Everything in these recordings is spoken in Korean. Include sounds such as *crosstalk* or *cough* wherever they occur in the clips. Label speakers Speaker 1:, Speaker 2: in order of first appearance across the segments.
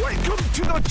Speaker 1: Welcome to the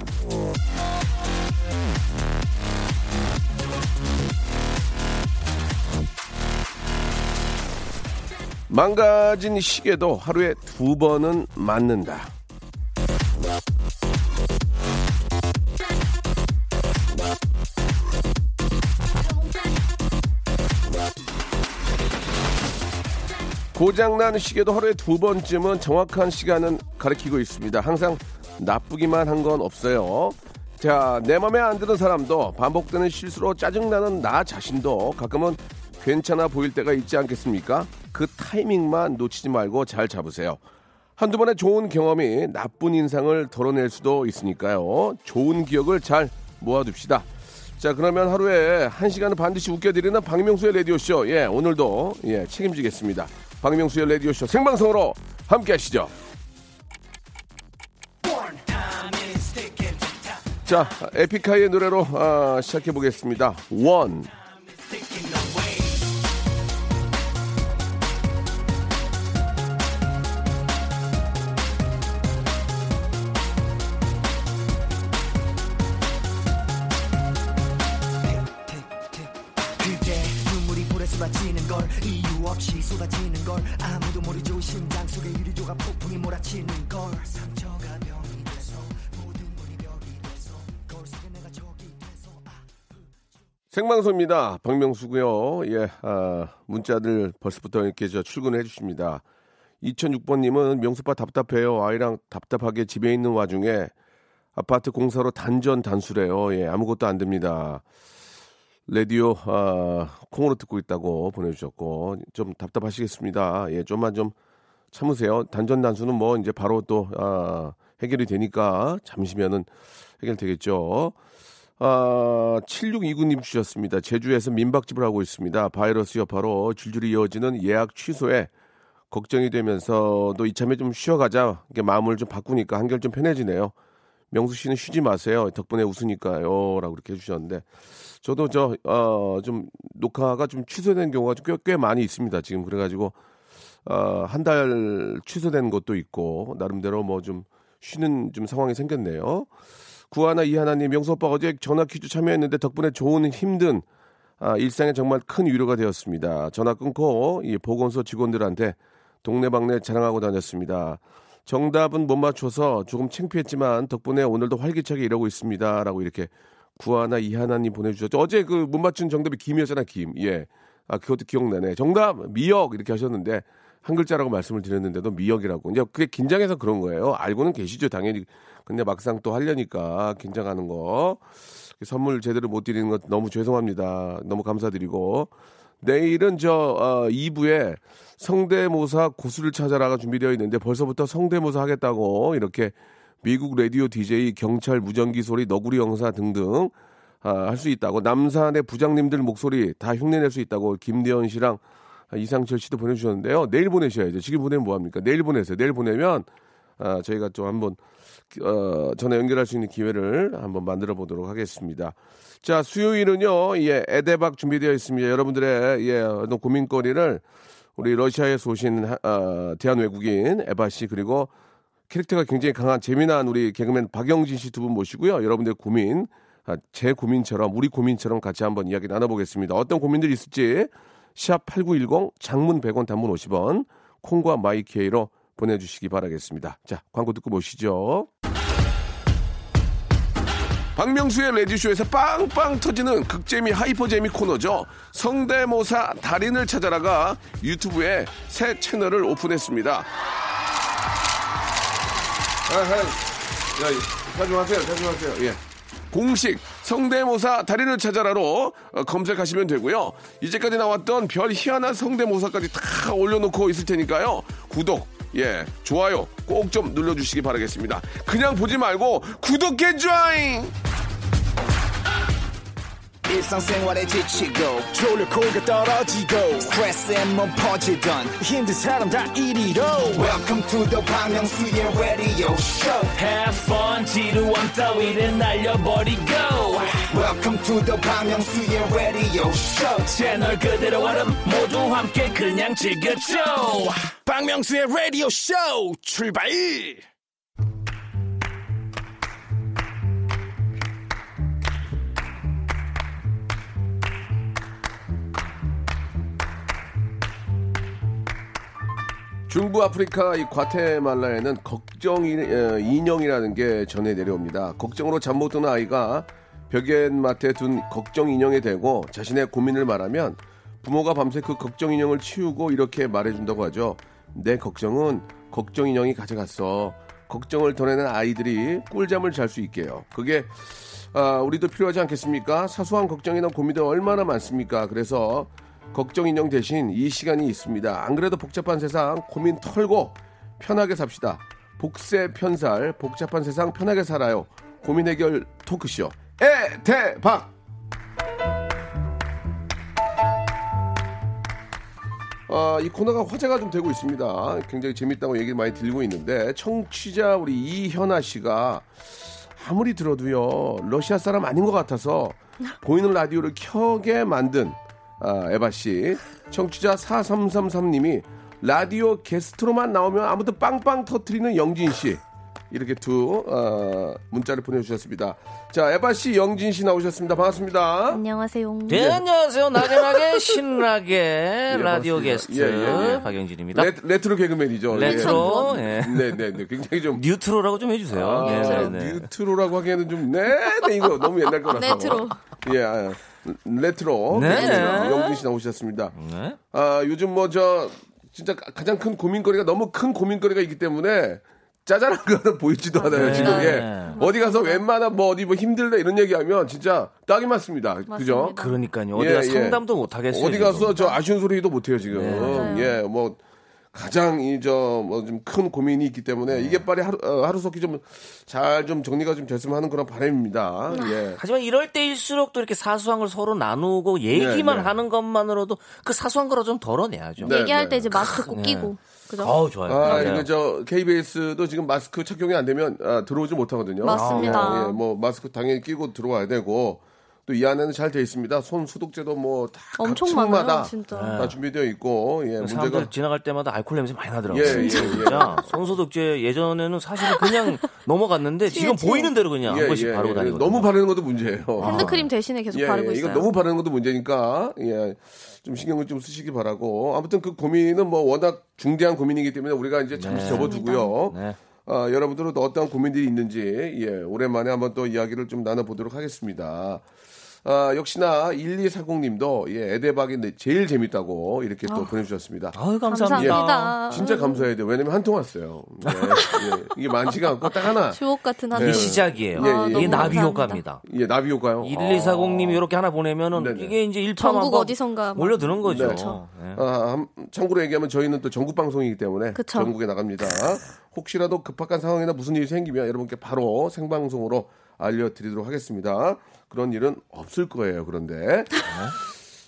Speaker 2: 망가진 시계도 하루에 두 번은 맞는다 고장난 시계도 하루에 두 번쯤은 정확한 시간은 가리키고 있습니다. 항상 나쁘기만 한 건 없어요. 자, 내 맘에 안 드는 사람도 반복되는 실수로 짜증나는 나 자신도 가끔은 괜찮아 보일 때가 있지 않겠습니까? 그 타이밍만 놓치지 말고 잘 잡으세요. 한두 번의 좋은 경험이 나쁜 인상을 덜어낼 수도 있으니까요. 좋은 기억을 잘 모아둡시다. 자, 그러면 하루에 한 시간은 반드시 웃겨드리는 박명수의 라디오쇼. 예, 오늘도 예, 책임지겠습니다. 박명수의 라디오쇼 생방송으로 함께 하시죠. 자, 에픽하이의 노래로 아, 시작해 보겠습니다. 원.
Speaker 3: 그대 눈물이 불에 쏟아지는 걸 이유 없이 쏟아지는 걸 아무도 모르죠 심장 속에 유리조각 폭풍이 몰아치는 걸 상처가 병이 돼서 모든 분이 벽이 돼서 거울 속에 내가 적이 돼서 아
Speaker 2: 생방송입니다. 박명수고요. 예, 아, 문자들 벌써부터 이렇게 저 출근을 해주십니다. 2006번님은 명수빠 답답해요. 아이랑 답답하게 집에 있는 와중에 아파트 공사로 단전 단수래요. 예, 아무것도 안 됩니다. 라디오 아, 콩으로 듣고 있다고 보내주셨고 좀 답답하시겠습니다. 예, 좀만 좀 참으세요. 단전 단수는 뭐 이제 바로 또 아, 해결이 되니까 잠시면은 해결되겠죠. 아, 7629님 주셨습니다. 제주에서 민박집을 하고 있습니다. 바이러스 여파로 줄줄이 이어지는 예약 취소에 걱정이 되면서도 이참에 좀 쉬어가자. 이게 마음을 좀 바꾸니까 한결 좀 편해지네요. 명수 씨는 쉬지 마세요. 덕분에 웃으니까요. 라고 이렇게 해주셨는데. 저도 저, 어, 좀 녹화가 좀 취소된 경우가 좀 꽤, 꽤 많이 있습니다. 지금 그래가지고, 어, 한 달 취소된 것도 있고, 나름대로 뭐 좀 쉬는 좀 상황이 생겼네요. 구하나 이하나님 영수 오빠 어제 전화 퀴즈 참여했는데 덕분에 좋은 힘든 아, 일상에 정말 큰 위로가 되었습니다. 전화 끊고 이 보건소 직원들한테 동네방네 자랑하고 다녔습니다. 정답은 못 맞춰서 조금 창피했지만 덕분에 오늘도 활기차게 일하고 있습니다라고 이렇게 구하나 이하나님 보내주셨죠. 어제 그 못 맞춘 정답이 김이었잖아 김. 예. 아 그것도 기억나네. 정답 미역 이렇게 하셨는데 한 글자라고 말씀을 드렸는데도 미역이라고. 이제 그게 긴장해서 그런 거예요. 알고는 계시죠, 당연히. 근데 막상 또 하려니까 긴장하는 거. 그 선물 제대로 못 드리는 것 너무 죄송합니다. 너무 감사드리고. 내일은 저 어, 2부에 성대모사 고수를 찾아라가 준비되어 있는데 벌써부터 성대모사 하겠다고 이렇게 미국 라디오 DJ 경찰 무전기 소리 너구리 영사 등등 아, 할 수 있다고 남산의 부장님들 목소리 다 흉내낼 수 있다고 김대현 씨랑 이상철 씨도 보내주셨는데요. 내일 보내셔야죠. 지금 보내면 뭐합니까? 내일 보내세요. 내일 보내면 아, 저희가 좀 한번 어, 전화 연결할 수 있는 기회를 한번 만들어 보도록 하겠습니다. 자, 수요일은요, 예, 에데박 준비되어 있습니다. 여러분들의 예, 어떤 고민거리를 우리 러시아에서 오신 하- 어, 대한 외국인 에바 씨 그리고 캐릭터가 굉장히 강한 재미난 우리 개그맨 박영진 씨 두 분 모시고요. 여러분들의 고민, 아, 제 고민처럼 우리 고민처럼 같이 한번 이야기 나눠보겠습니다. 어떤 고민들이 있을지 샵8910 장문 100원 단문 50원 콩과 마이케이로 보내주시기 바라겠습니다. 자 광고 듣고 모시죠. 박명수의 레디쇼에서 빵빵 터지는 극재미 하이퍼재미 코너죠. 성대모사 달인을 찾아라가 유튜브에 새 채널을 오픈했습니다. 아하, 야, 자중하세요, 자중하세요. 예. 공식 성대모사 달인을 찾아라로 어, 검색하시면 되고요. 이제까지 나왔던 별 희한한 성대모사까지 다 올려놓고 있을 테니까요. 구독, 예, 좋아요 꼭 좀 눌러주시기 바라겠습니다. 그냥 보지 말고 구독해 줘잉!
Speaker 4: 일상생활에 지치고, 졸려 코가 떨어지고, 스트레스에 몸 퍼지던, 힘든 사람 다 이리로. welcome to the Bang Myung-soo's radio show
Speaker 5: Have fun 지루한 따위를 날려버리고
Speaker 4: welcome to the Bang Myung-soo's radio show
Speaker 5: 채널 그대로 얼음 모두 함께 그냥 즐겨줘
Speaker 6: 박명수의 라디오 쇼 출발
Speaker 5: 예,
Speaker 2: 중부 아프리카 이 과테말라에는 걱정 인- 어, 인형이라는 게 전해 내려옵니다. 걱정으로 잠 못 드는 아이가 벽엔맡에 둔 걱정 인형에 대고 자신의 고민을 말하면 부모가 밤새 그 걱정 인형을 치우고 이렇게 말해준다고 하죠. 내 걱정은 걱정 인형이 가져갔어. 걱정을 덜어낸 아이들이 꿀잠을 잘 수 있게요. 그게 아, 우리도 필요하지 않겠습니까? 사소한 걱정이나 고민들 얼마나 많습니까? 그래서 걱정 인형 대신 이 시간이 있습니다. 안 그래도 복잡한 세상 고민 털고 편하게 삽시다. 복세 편살 복잡한 세상 편하게 살아요. 고민 해결 토크쇼 에대박. 아, 이 코너가 화제가 좀 되고 있습니다. 굉장히 재밌다고 얘기를 많이 들리고 있는데 청취자 우리 이현아 씨가 아무리 들어도요 러시아 사람 아닌 것 같아서 보이는 라디오를 켜게 만든 아, 에바 씨 청취자 4333님이 라디오 게스트로만 나오면 아무도 빵빵 터트리는 영진 씨 이렇게 두 어, 문자를 보내주셨습니다. 자 에바 씨 영진 씨 나오셨습니다. 반갑습니다.
Speaker 7: 안녕하세요.
Speaker 5: 네,
Speaker 2: 예. *laughs*
Speaker 5: 안녕하세요 나른하게 신나게 라디오
Speaker 2: 반갑습니다.
Speaker 5: 게스트
Speaker 2: 예, 예, 예.
Speaker 5: 박영진입니다
Speaker 2: 레, 레트로 개그맨이죠.
Speaker 5: 네. 레트로 예.
Speaker 2: 네네네 굉장히 좀
Speaker 5: 뉴트로라고 좀 해주세요 예,
Speaker 2: 아,
Speaker 5: 네, 네.
Speaker 2: 뉴트로라고 하기에는 좀 네, 네 이거 너무 옛날 거라서.
Speaker 7: 레트로.
Speaker 2: 예, 아, 레트로.
Speaker 5: 네.
Speaker 2: 네. 영준 씨 나오셨습니다.
Speaker 5: 네?
Speaker 2: 아, 요즘 뭐 저 진짜 가- 가장 큰 고민거리가 너무 큰 고민거리가 있기 때문에 짜잘한 거는 보이지도 않아요 지금 예.
Speaker 5: 네.
Speaker 2: 어디 가서 웬만한 뭐 어디 뭐 힘들다 이런 얘기하면 진짜 딱이 맞습니다. 그죠?
Speaker 7: 맞습니다.
Speaker 5: 그러니까요
Speaker 2: 예,
Speaker 5: 어디가
Speaker 2: 예.
Speaker 5: 상담도
Speaker 7: 네,
Speaker 5: 못하겠어요
Speaker 2: 어디
Speaker 5: 지금.
Speaker 2: 가서 저 아쉬운 소리도 못 해요 지금. 예, 뭐 가장 이 저 뭐 좀 큰 고민이 있기 때문에
Speaker 7: 네.
Speaker 2: 이게 빨리 하루 어, 하루속히 좀 잘 좀 정리가 좀 됐으면 하는 그런
Speaker 7: 아.
Speaker 2: 바람입니다. 예.
Speaker 5: 하지만 이럴 때일수록 또 이렇게 사소한 걸 서로 나누고 얘기만
Speaker 2: 네, 네.
Speaker 5: 하는 것만으로도 그 사소한 거라 좀 덜어내야죠
Speaker 2: 네,
Speaker 7: 얘기할
Speaker 2: 네.
Speaker 7: 때 이제 마스크 꼭 끼고. 그죠?
Speaker 5: 아우 좋아요
Speaker 2: 아,
Speaker 7: 네.
Speaker 5: 맞아요.
Speaker 2: 이거 저 KBS도 지금 마스크 착용이 안 되면 아, 들어오지 못하거든요.
Speaker 7: 맞습니다.
Speaker 2: 예, 예, 뭐 마스크 당연히 끼고 들어와야 되고 또 이 안에는 잘 돼 있습니다. 손 소독제도 뭐다
Speaker 7: 엄청
Speaker 2: 층마다
Speaker 7: 많아요, 진짜.
Speaker 2: 다 준비되어 있고 예,
Speaker 5: 사람들
Speaker 2: 문제가
Speaker 5: 지나갈 때마다 알코올 냄새 많이 나더라고요.
Speaker 2: 예, 예, 예.
Speaker 5: 진짜 *laughs* 손소독제 예전에는 사실은
Speaker 7: *laughs*
Speaker 5: 그냥 넘어갔는데 지금
Speaker 7: 취해.
Speaker 5: 보이는 대로 그냥 한 번씩 바르고 다니고
Speaker 2: 예, 너무 바르는 것도 문제예요.
Speaker 7: 핸드크림 대신에 계속
Speaker 2: 예,
Speaker 7: 바르고
Speaker 2: 예,
Speaker 7: 있어요.
Speaker 2: 이거 너무 바르는 것도 문제니까 예, 좀 신경을 좀 쓰시기 바라고 아무튼 그 고민은 뭐 워낙 중대한 고민이기 때문에 우리가 이제 잠시 접어두고요.
Speaker 5: 네.
Speaker 2: 아, 여러분들은 또 어떤 고민들이 있는지 예, 오랜만에 한번 또 이야기를 좀 나눠보도록 하겠습니다. 아, 역시나 1240님도 예, 에데박이 내- 제일 재밌다고 이렇게 또 보내주셨습니다.
Speaker 5: 아유
Speaker 2: 예,
Speaker 5: 감사합니다.
Speaker 7: 감사합니다.
Speaker 2: 진짜 감사해야 돼요. 왜냐면 한 통 왔어요. 예, 예. 이게 많지가 않고 딱 하나.
Speaker 7: 주옥 같은
Speaker 2: 예.
Speaker 7: 하루.
Speaker 5: 이게 시작이에요.
Speaker 2: 예, 예. 너무
Speaker 5: 이게 나비
Speaker 7: 감사합니다.
Speaker 5: 효과입니다.
Speaker 2: 예, 나비 효과요.
Speaker 5: 1240님이 이렇게 하나 보내면은
Speaker 2: 네네.
Speaker 5: 이게 이제 일파만파
Speaker 7: 전국 어디선가 막
Speaker 5: 몰려드는 거죠.
Speaker 2: 그렇죠.
Speaker 5: 네.
Speaker 2: 아, 함- 참고로 얘기하면 저희는 또 전국 방송이기 때문에
Speaker 7: 그쵸.
Speaker 2: 전국에 나갑니다. 혹시라도 급박한 상황이나 무슨 일이 생기면 여러분께 바로 생방송으로 알려드리도록 하겠습니다. 그런 일은 없을 거예요. 그런데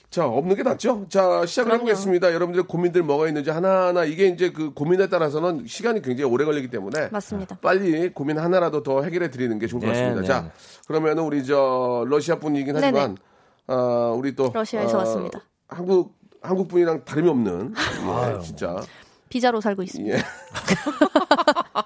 Speaker 2: 자 없는 게 낫죠. 자 시작을
Speaker 7: 그럼요.
Speaker 2: 해보겠습니다. 여러분들 고민들 뭐가 있는지 하나하나 이게 이제 그 고민에 따라서는 시간이 굉장히 오래 걸리기 때문에
Speaker 7: 맞습니다.
Speaker 2: 빨리 고민 하나라도 더 해결해 드리는 게 좋을 것
Speaker 5: 네,
Speaker 2: 같습니다.
Speaker 5: 네.
Speaker 2: 자 그러면 우리 저 러시아 분이긴
Speaker 7: 네,
Speaker 2: 하지만 아, 우리 또
Speaker 7: 러시아에서
Speaker 2: 아,
Speaker 7: 왔습니다.
Speaker 2: 한국 한국 분이랑 다름이
Speaker 7: *laughs*
Speaker 2: 없는 예,
Speaker 5: 뭐.
Speaker 2: 진짜
Speaker 7: 비자로 살고 있습니다.
Speaker 2: 예. *laughs*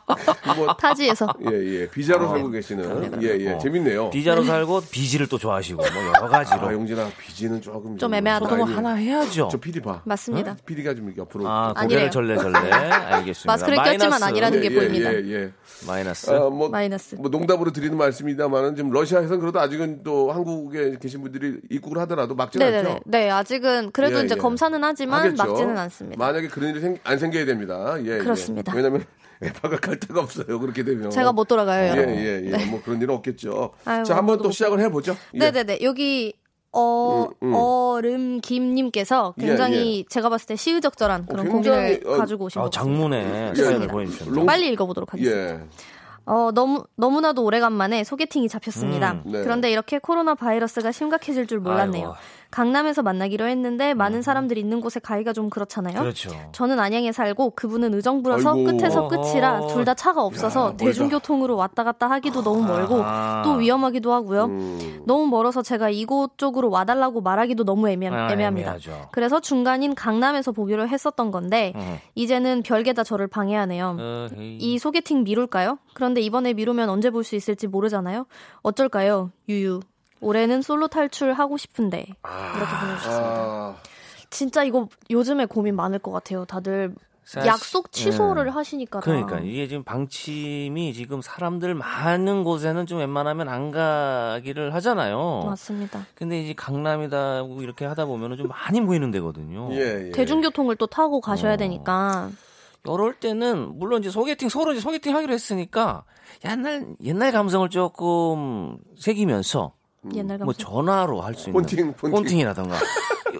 Speaker 2: 뭐,
Speaker 7: 타지에서.
Speaker 2: 예, 예. 비자로 살고 계시는 예, 예. 재밌네요.
Speaker 5: 아, 어, 비자로 살고 비지를 또 좋아하시고 뭐 여러 가지로
Speaker 2: 아, 용진아 비지는 조금
Speaker 7: 좀 애매하다.
Speaker 5: 소통을
Speaker 2: 나이에-
Speaker 5: 뭐 하나 해야죠.
Speaker 2: 저 PD 봐.
Speaker 7: 맞습니다.
Speaker 2: PD가 좀 이렇게 옆으로
Speaker 5: 아 고개를
Speaker 7: 아니래요.
Speaker 5: 절레절레
Speaker 7: *laughs*
Speaker 5: 알겠습니다.
Speaker 7: 마스크를 꼈지만 아니라는
Speaker 2: 예,
Speaker 7: 게
Speaker 2: 예,
Speaker 7: 보입니다.
Speaker 2: 예, 예.
Speaker 5: 마이너스.
Speaker 2: 아, 뭐,
Speaker 7: 마이너스.
Speaker 2: 뭐 농담으로 드리는 말씀입니다만은 지금 러시아에서는 그래도 아직은 또 한국에 계신 분들이 입국을 하더라도 막지는
Speaker 7: 네네네.
Speaker 2: 않죠.
Speaker 7: 네, 아직은 그래도
Speaker 2: 예,
Speaker 7: 이제
Speaker 2: 예.
Speaker 7: 검사는 하지만
Speaker 2: 하겠죠.
Speaker 7: 막지는 않습니다.
Speaker 2: 만약에 그런 일이 생- 안 생겨야 됩니다. 예, 예.
Speaker 7: 그렇습니다.
Speaker 2: 왜냐면 *laughs* 에바가 갈 데가 없어요. 그렇게 되면.
Speaker 7: 제가 못 돌아가요,
Speaker 2: 예,
Speaker 7: 여러분.
Speaker 2: 예, 예. 뭐 그런 일은 없겠죠.
Speaker 7: 아유,
Speaker 2: 자, 한번
Speaker 7: 아무도
Speaker 2: 또
Speaker 7: 못
Speaker 2: 시작을 해보죠. 예.
Speaker 7: 네네네. 여기 어,
Speaker 2: 음, 음.
Speaker 7: 얼음 김님께서
Speaker 2: 예,
Speaker 7: 굉장히
Speaker 2: 예.
Speaker 7: 제가 봤을 때 시의적절한 그런
Speaker 2: 굉장히,
Speaker 7: 고민을
Speaker 2: 어,
Speaker 7: 가지고 오신
Speaker 5: 아,
Speaker 7: 것 같아요.
Speaker 5: 장문의
Speaker 2: 예,
Speaker 5: 사연을
Speaker 2: 예.
Speaker 5: 보내주셨네요.
Speaker 2: 롱-
Speaker 7: 빨리 읽어보도록 하겠습니다.
Speaker 2: 예.
Speaker 7: 어, 너무, 너무나도 오래간만에 소개팅이 잡혔습니다.
Speaker 2: 네.
Speaker 7: 그런데 이렇게 코로나 바이러스가 심각해질 줄 몰랐네요.
Speaker 5: 음, 아이고. 음.
Speaker 7: 강남에서 만나기로 했는데 많은 사람들이 있는 곳에 가기가 좀 그렇잖아요.
Speaker 5: 그렇죠.
Speaker 7: 저는 안양에 살고 그분은 의정부라서
Speaker 2: 아이고.
Speaker 7: 끝에서 끝이라
Speaker 5: 어허.
Speaker 7: 둘 다 차가 없어서 대중교통으로 왔다 갔다 하기도 너무 멀고
Speaker 5: 아. 음.
Speaker 7: 또 위험하기도 하고요. 너무 멀어서 제가 이곳 쪽으로 와달라고 말하기도 너무 애매,
Speaker 5: 아,
Speaker 7: 애매합니다.
Speaker 5: 애매하죠.
Speaker 7: 그래서 중간인 강남에서 보기로 했었던 건데
Speaker 5: 음.
Speaker 7: 이제는 별게 다 저를 방해하네요.
Speaker 5: 어헤이.
Speaker 7: 이 소개팅 미룰까요? 그런데 이번에 미루면 언제 볼 수 있을지 모르잖아요. 어쩔까요? 유유. 올해는 솔로 탈출하고 싶은데
Speaker 5: 아.
Speaker 7: 이렇게 보내주셨습니다.
Speaker 2: 아,
Speaker 7: 진짜 이거 요즘에 고민 많을 것 같아요. 다들
Speaker 5: 사실-
Speaker 7: 약속 취소를 하시니까 다.
Speaker 5: 그러니까 이게 지금 방침이 지금 사람들 많은 곳에는 좀 웬만하면 안 가기를 하잖아요.
Speaker 7: 맞습니다.
Speaker 5: 근데 이제 강남이다 고 이렇게 하다 보면은 좀 많이 모이는 데거든요.
Speaker 2: 예, 예.
Speaker 7: 대중교통을 또 타고 가셔야
Speaker 5: 어.
Speaker 7: 되니까
Speaker 5: 이럴 때는 물론 이제 소개팅 서로 이제 소개팅 하기로 했으니까 옛날 옛날 감성을 조금 새기면서
Speaker 7: 옛날
Speaker 5: 뭐
Speaker 7: 네, 감성.
Speaker 5: 전화로 할 수 있는
Speaker 2: 폰팅, 폰팅.
Speaker 5: 이라던가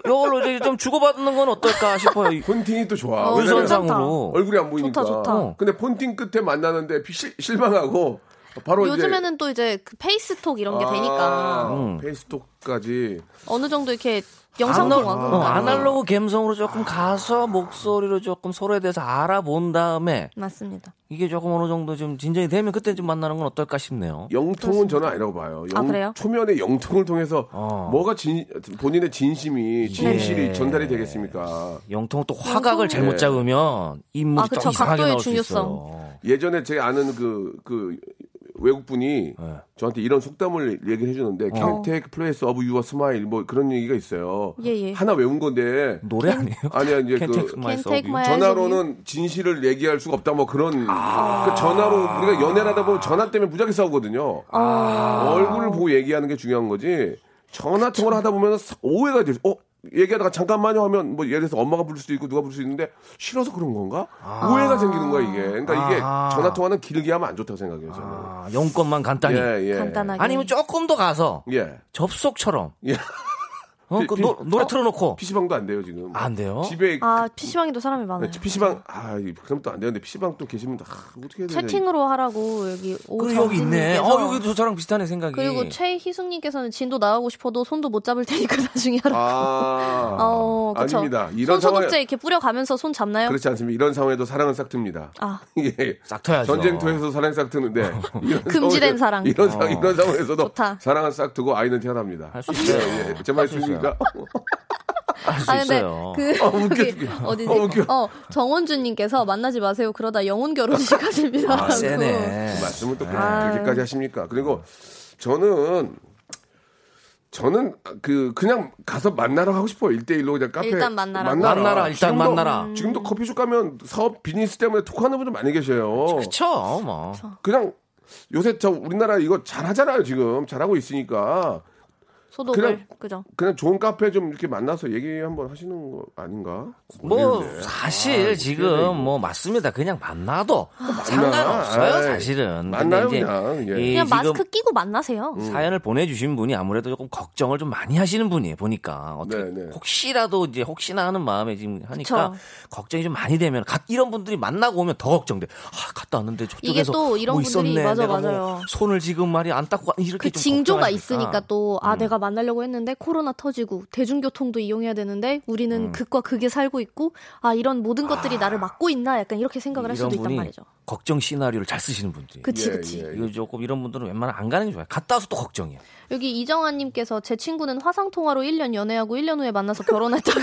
Speaker 5: 요걸로 이제 좀 주고받는 건 어떨까 싶어요.
Speaker 2: 폰팅이 또 좋아.
Speaker 7: 어,
Speaker 2: 왜냐면
Speaker 7: 괜찮다.
Speaker 5: 유선상으로
Speaker 2: 얼굴이 안 보이니까.
Speaker 7: 좋다.
Speaker 5: 어.
Speaker 2: 근데 폰팅 끝에 만나는데 피- 실, 실망하고 바로 아,
Speaker 7: 요즘에는 또 이제 그 페이스톡 이런
Speaker 2: 이제
Speaker 7: 게
Speaker 5: 아.
Speaker 7: 되니까 음.
Speaker 2: 페이스톡까지
Speaker 7: 어느 정도 이렇게 영상 통화.
Speaker 5: 아날로- 어, 아날로그 감성으로 조금 가서 목소리로 조금 서로에 대해서 알아본 다음에
Speaker 7: 맞습니다.
Speaker 5: 이게 조금 어느 정도 좀 진전이 되면 그때 좀 만나는 건 어떨까 싶네요.
Speaker 2: 영통은 저는 아니라고 봐요.
Speaker 7: 아, 그래요?
Speaker 2: 초면에 영통을 통해서
Speaker 5: 어.
Speaker 2: 뭐가 진, 본인의 진심이 진실이
Speaker 5: 네.
Speaker 2: 전달이 되겠습니까?
Speaker 5: 영통은 또 화각을
Speaker 2: 어, 네.
Speaker 5: 잘못 잡으면 인물이
Speaker 7: 아,
Speaker 5: 또
Speaker 7: 그쵸.
Speaker 5: 이상하게
Speaker 7: 각도의
Speaker 5: 나올 수
Speaker 7: 중요성.
Speaker 5: 있어요.
Speaker 2: 예전에 제가 아는 그, 그 외국 분이
Speaker 5: 예.
Speaker 2: 저한테 이런 속담을 얘기해 주는데
Speaker 7: 어.
Speaker 2: Can take place of your smile 뭐 그런 얘기가 있어요.
Speaker 7: 예, 예.
Speaker 2: 하나 외운 건데
Speaker 5: 노래 아니에요?
Speaker 2: 아니야 이제
Speaker 5: 음. Can't take
Speaker 2: 그
Speaker 5: my
Speaker 7: Can't
Speaker 5: soul.
Speaker 7: take my-
Speaker 2: 전화로는 진실을 얘기할 수가 없다 뭐 그런
Speaker 5: 아.
Speaker 2: 그 전화로 우리가 연애를 하다 보면 전화 때문에 무지하게 싸우거든요.
Speaker 7: 아.
Speaker 2: 얼굴을 보고 얘기하는 게 중요한 거지. 전화 통화를 하다 보면 오해가 될 수. 어 얘기하다가 잠깐만요 하면 뭐 예를 들어서 엄마가 부를 수도 있고 누가 부를 수 있는데 싫어서 그런 건가? 오해가 생기는 거야 이게. 그러니까 이게
Speaker 5: 아.
Speaker 2: 전화 통화는 길게 하면 안 좋다고 생각해요 저는.
Speaker 5: 아, 영권만 간단히.
Speaker 2: 예, 예.
Speaker 7: 간단하게.
Speaker 5: 아니면 조금 더 가서
Speaker 2: 예.
Speaker 5: 접속처럼
Speaker 2: 예.
Speaker 5: 어, 그
Speaker 2: 피-
Speaker 5: 노, 노래 틀어놓고
Speaker 2: PC방도 안 돼요 지금.
Speaker 5: 안 돼요?
Speaker 2: 집에
Speaker 7: 아 네. PC방에도 사람이 많아요.
Speaker 5: 예,
Speaker 2: PC방 아 그럼 또 안 되는데 PC방 또 계시면 아, 어떻게 해야 되나.
Speaker 7: 채팅으로 하라고 여기
Speaker 5: 그리고 여기 있네.
Speaker 7: 오정진님께서
Speaker 5: 어 여기도 저랑 비슷하네 생각이.
Speaker 7: 그리고 최희숙님께서는 진도 나가고 싶어도 손도 못 잡을 테니까 *laughs* 나중에 하라고.
Speaker 2: 아.
Speaker 7: *laughs* 어, 그쵸.
Speaker 2: 아닙니다. 이런
Speaker 7: 손소독제
Speaker 2: 상황에
Speaker 7: 이렇게 뿌려가면서 손 잡나요?
Speaker 2: 그렇지 않습니다. 이런 상황에도 사랑은 싹 듭니다. *laughs*
Speaker 7: 아.
Speaker 2: 예.
Speaker 5: 싹 터야죠. 어.
Speaker 2: 전쟁터에서 사랑 싹 트는데
Speaker 5: *laughs*
Speaker 2: 이런
Speaker 7: 금지된
Speaker 2: 상황에-
Speaker 7: 사랑.
Speaker 2: 이런 상 이런 상황에서도
Speaker 7: 좋다.
Speaker 2: 사랑은 싹 트고 아이는 태어납니다.
Speaker 5: 할수 있어요.
Speaker 2: 예, 예. 제 말씀입니까?
Speaker 5: 할수
Speaker 7: 아 근데
Speaker 5: 있어요.
Speaker 7: 그
Speaker 2: *laughs* 어, 웃겨,
Speaker 7: 거기
Speaker 2: 웃겨.
Speaker 7: 어디지?
Speaker 2: 어, 웃겨.
Speaker 7: 어 정원주님께서 만나지 마세요. 그러다 영혼 결혼식 하십니다.
Speaker 5: 아, 세네.
Speaker 2: 말씀을 또 그렇게- 그렇게까지 하십니까? 그리고 저는 저는 그 그냥 가서 만나러 하고 싶어요. 일대일로 그냥 카페
Speaker 7: 일단 만나라고. 음.
Speaker 5: 만나라, 일단
Speaker 2: 지금도-
Speaker 5: 만나라.
Speaker 2: 지금도 커피숍 가면 사업 비즈니스 때문에 톡하는 분들 많이 계셔요.
Speaker 5: 그쵸 뭐.
Speaker 2: 그냥 요새 저 우리나라 이거 잘하잖아요 지금 잘하고 있으니까
Speaker 7: 소독을
Speaker 2: 그냥-
Speaker 7: 그죠?
Speaker 2: 그냥 좋은 카페 좀 이렇게 만나서 얘기 한번 하시는 거 아닌가?
Speaker 5: 뭐
Speaker 2: 모르겠네. 아,
Speaker 5: 사실 지금 뭐 맞습니다. 그냥 만나도 상관없어요
Speaker 2: 아이,
Speaker 5: 사실은.
Speaker 2: 아, 만나요,
Speaker 5: 근데
Speaker 2: 그냥, 음. 예.
Speaker 5: 이 지금
Speaker 7: 그냥
Speaker 5: 음,
Speaker 7: 마스크 끼고 만나세요.
Speaker 5: 사연을 보내주신 분이 아무래도 조금 걱정을 좀 많이 하시는 분이에요. 보니까 어떻게
Speaker 2: 네, 네.
Speaker 5: 혹시라도 이제 혹시나 하는 마음에 지금 하니까
Speaker 7: 그쵸.
Speaker 5: 걱정이 좀 많이 되면 가- 이런 분들이 만나고 오면 더 걱정돼. 아 갔다 왔는데
Speaker 7: 이게
Speaker 5: 저쪽에서
Speaker 7: 또 이런
Speaker 5: 뭐
Speaker 7: 분들이-
Speaker 5: 있었네.
Speaker 7: 맞아,
Speaker 5: 내가 뭐
Speaker 7: 맞아요.
Speaker 5: 손을 지금 말이 안 닦고 가- 이렇게
Speaker 7: 그
Speaker 5: 좀
Speaker 7: 징조가
Speaker 5: 걱정하니까.
Speaker 7: 있으니까 또 아 내가 만나려고 했는데 코로나 터지고 대중교통도 이용해야 되는데 우리는 극과 극에 살고 있고 아 이런 모든 것들이 나를 막고 있나 약간 이렇게 생각을 할
Speaker 5: 이런
Speaker 7: 수도 있단
Speaker 5: 분이
Speaker 7: 말이죠.
Speaker 5: 걱정 시나리오를 잘 쓰시는 분들이.
Speaker 7: 그치
Speaker 2: 예,
Speaker 7: 그치.
Speaker 2: 예.
Speaker 5: 이거 조금 이런 분들은 웬만하면 안 가는 게 좋아요. 갔다 와서 또 걱정이에요.
Speaker 7: 여기 이정아님께서 제 친구는 화상 통화로 1년 연애하고 1년 후에 만나서 결혼했다고.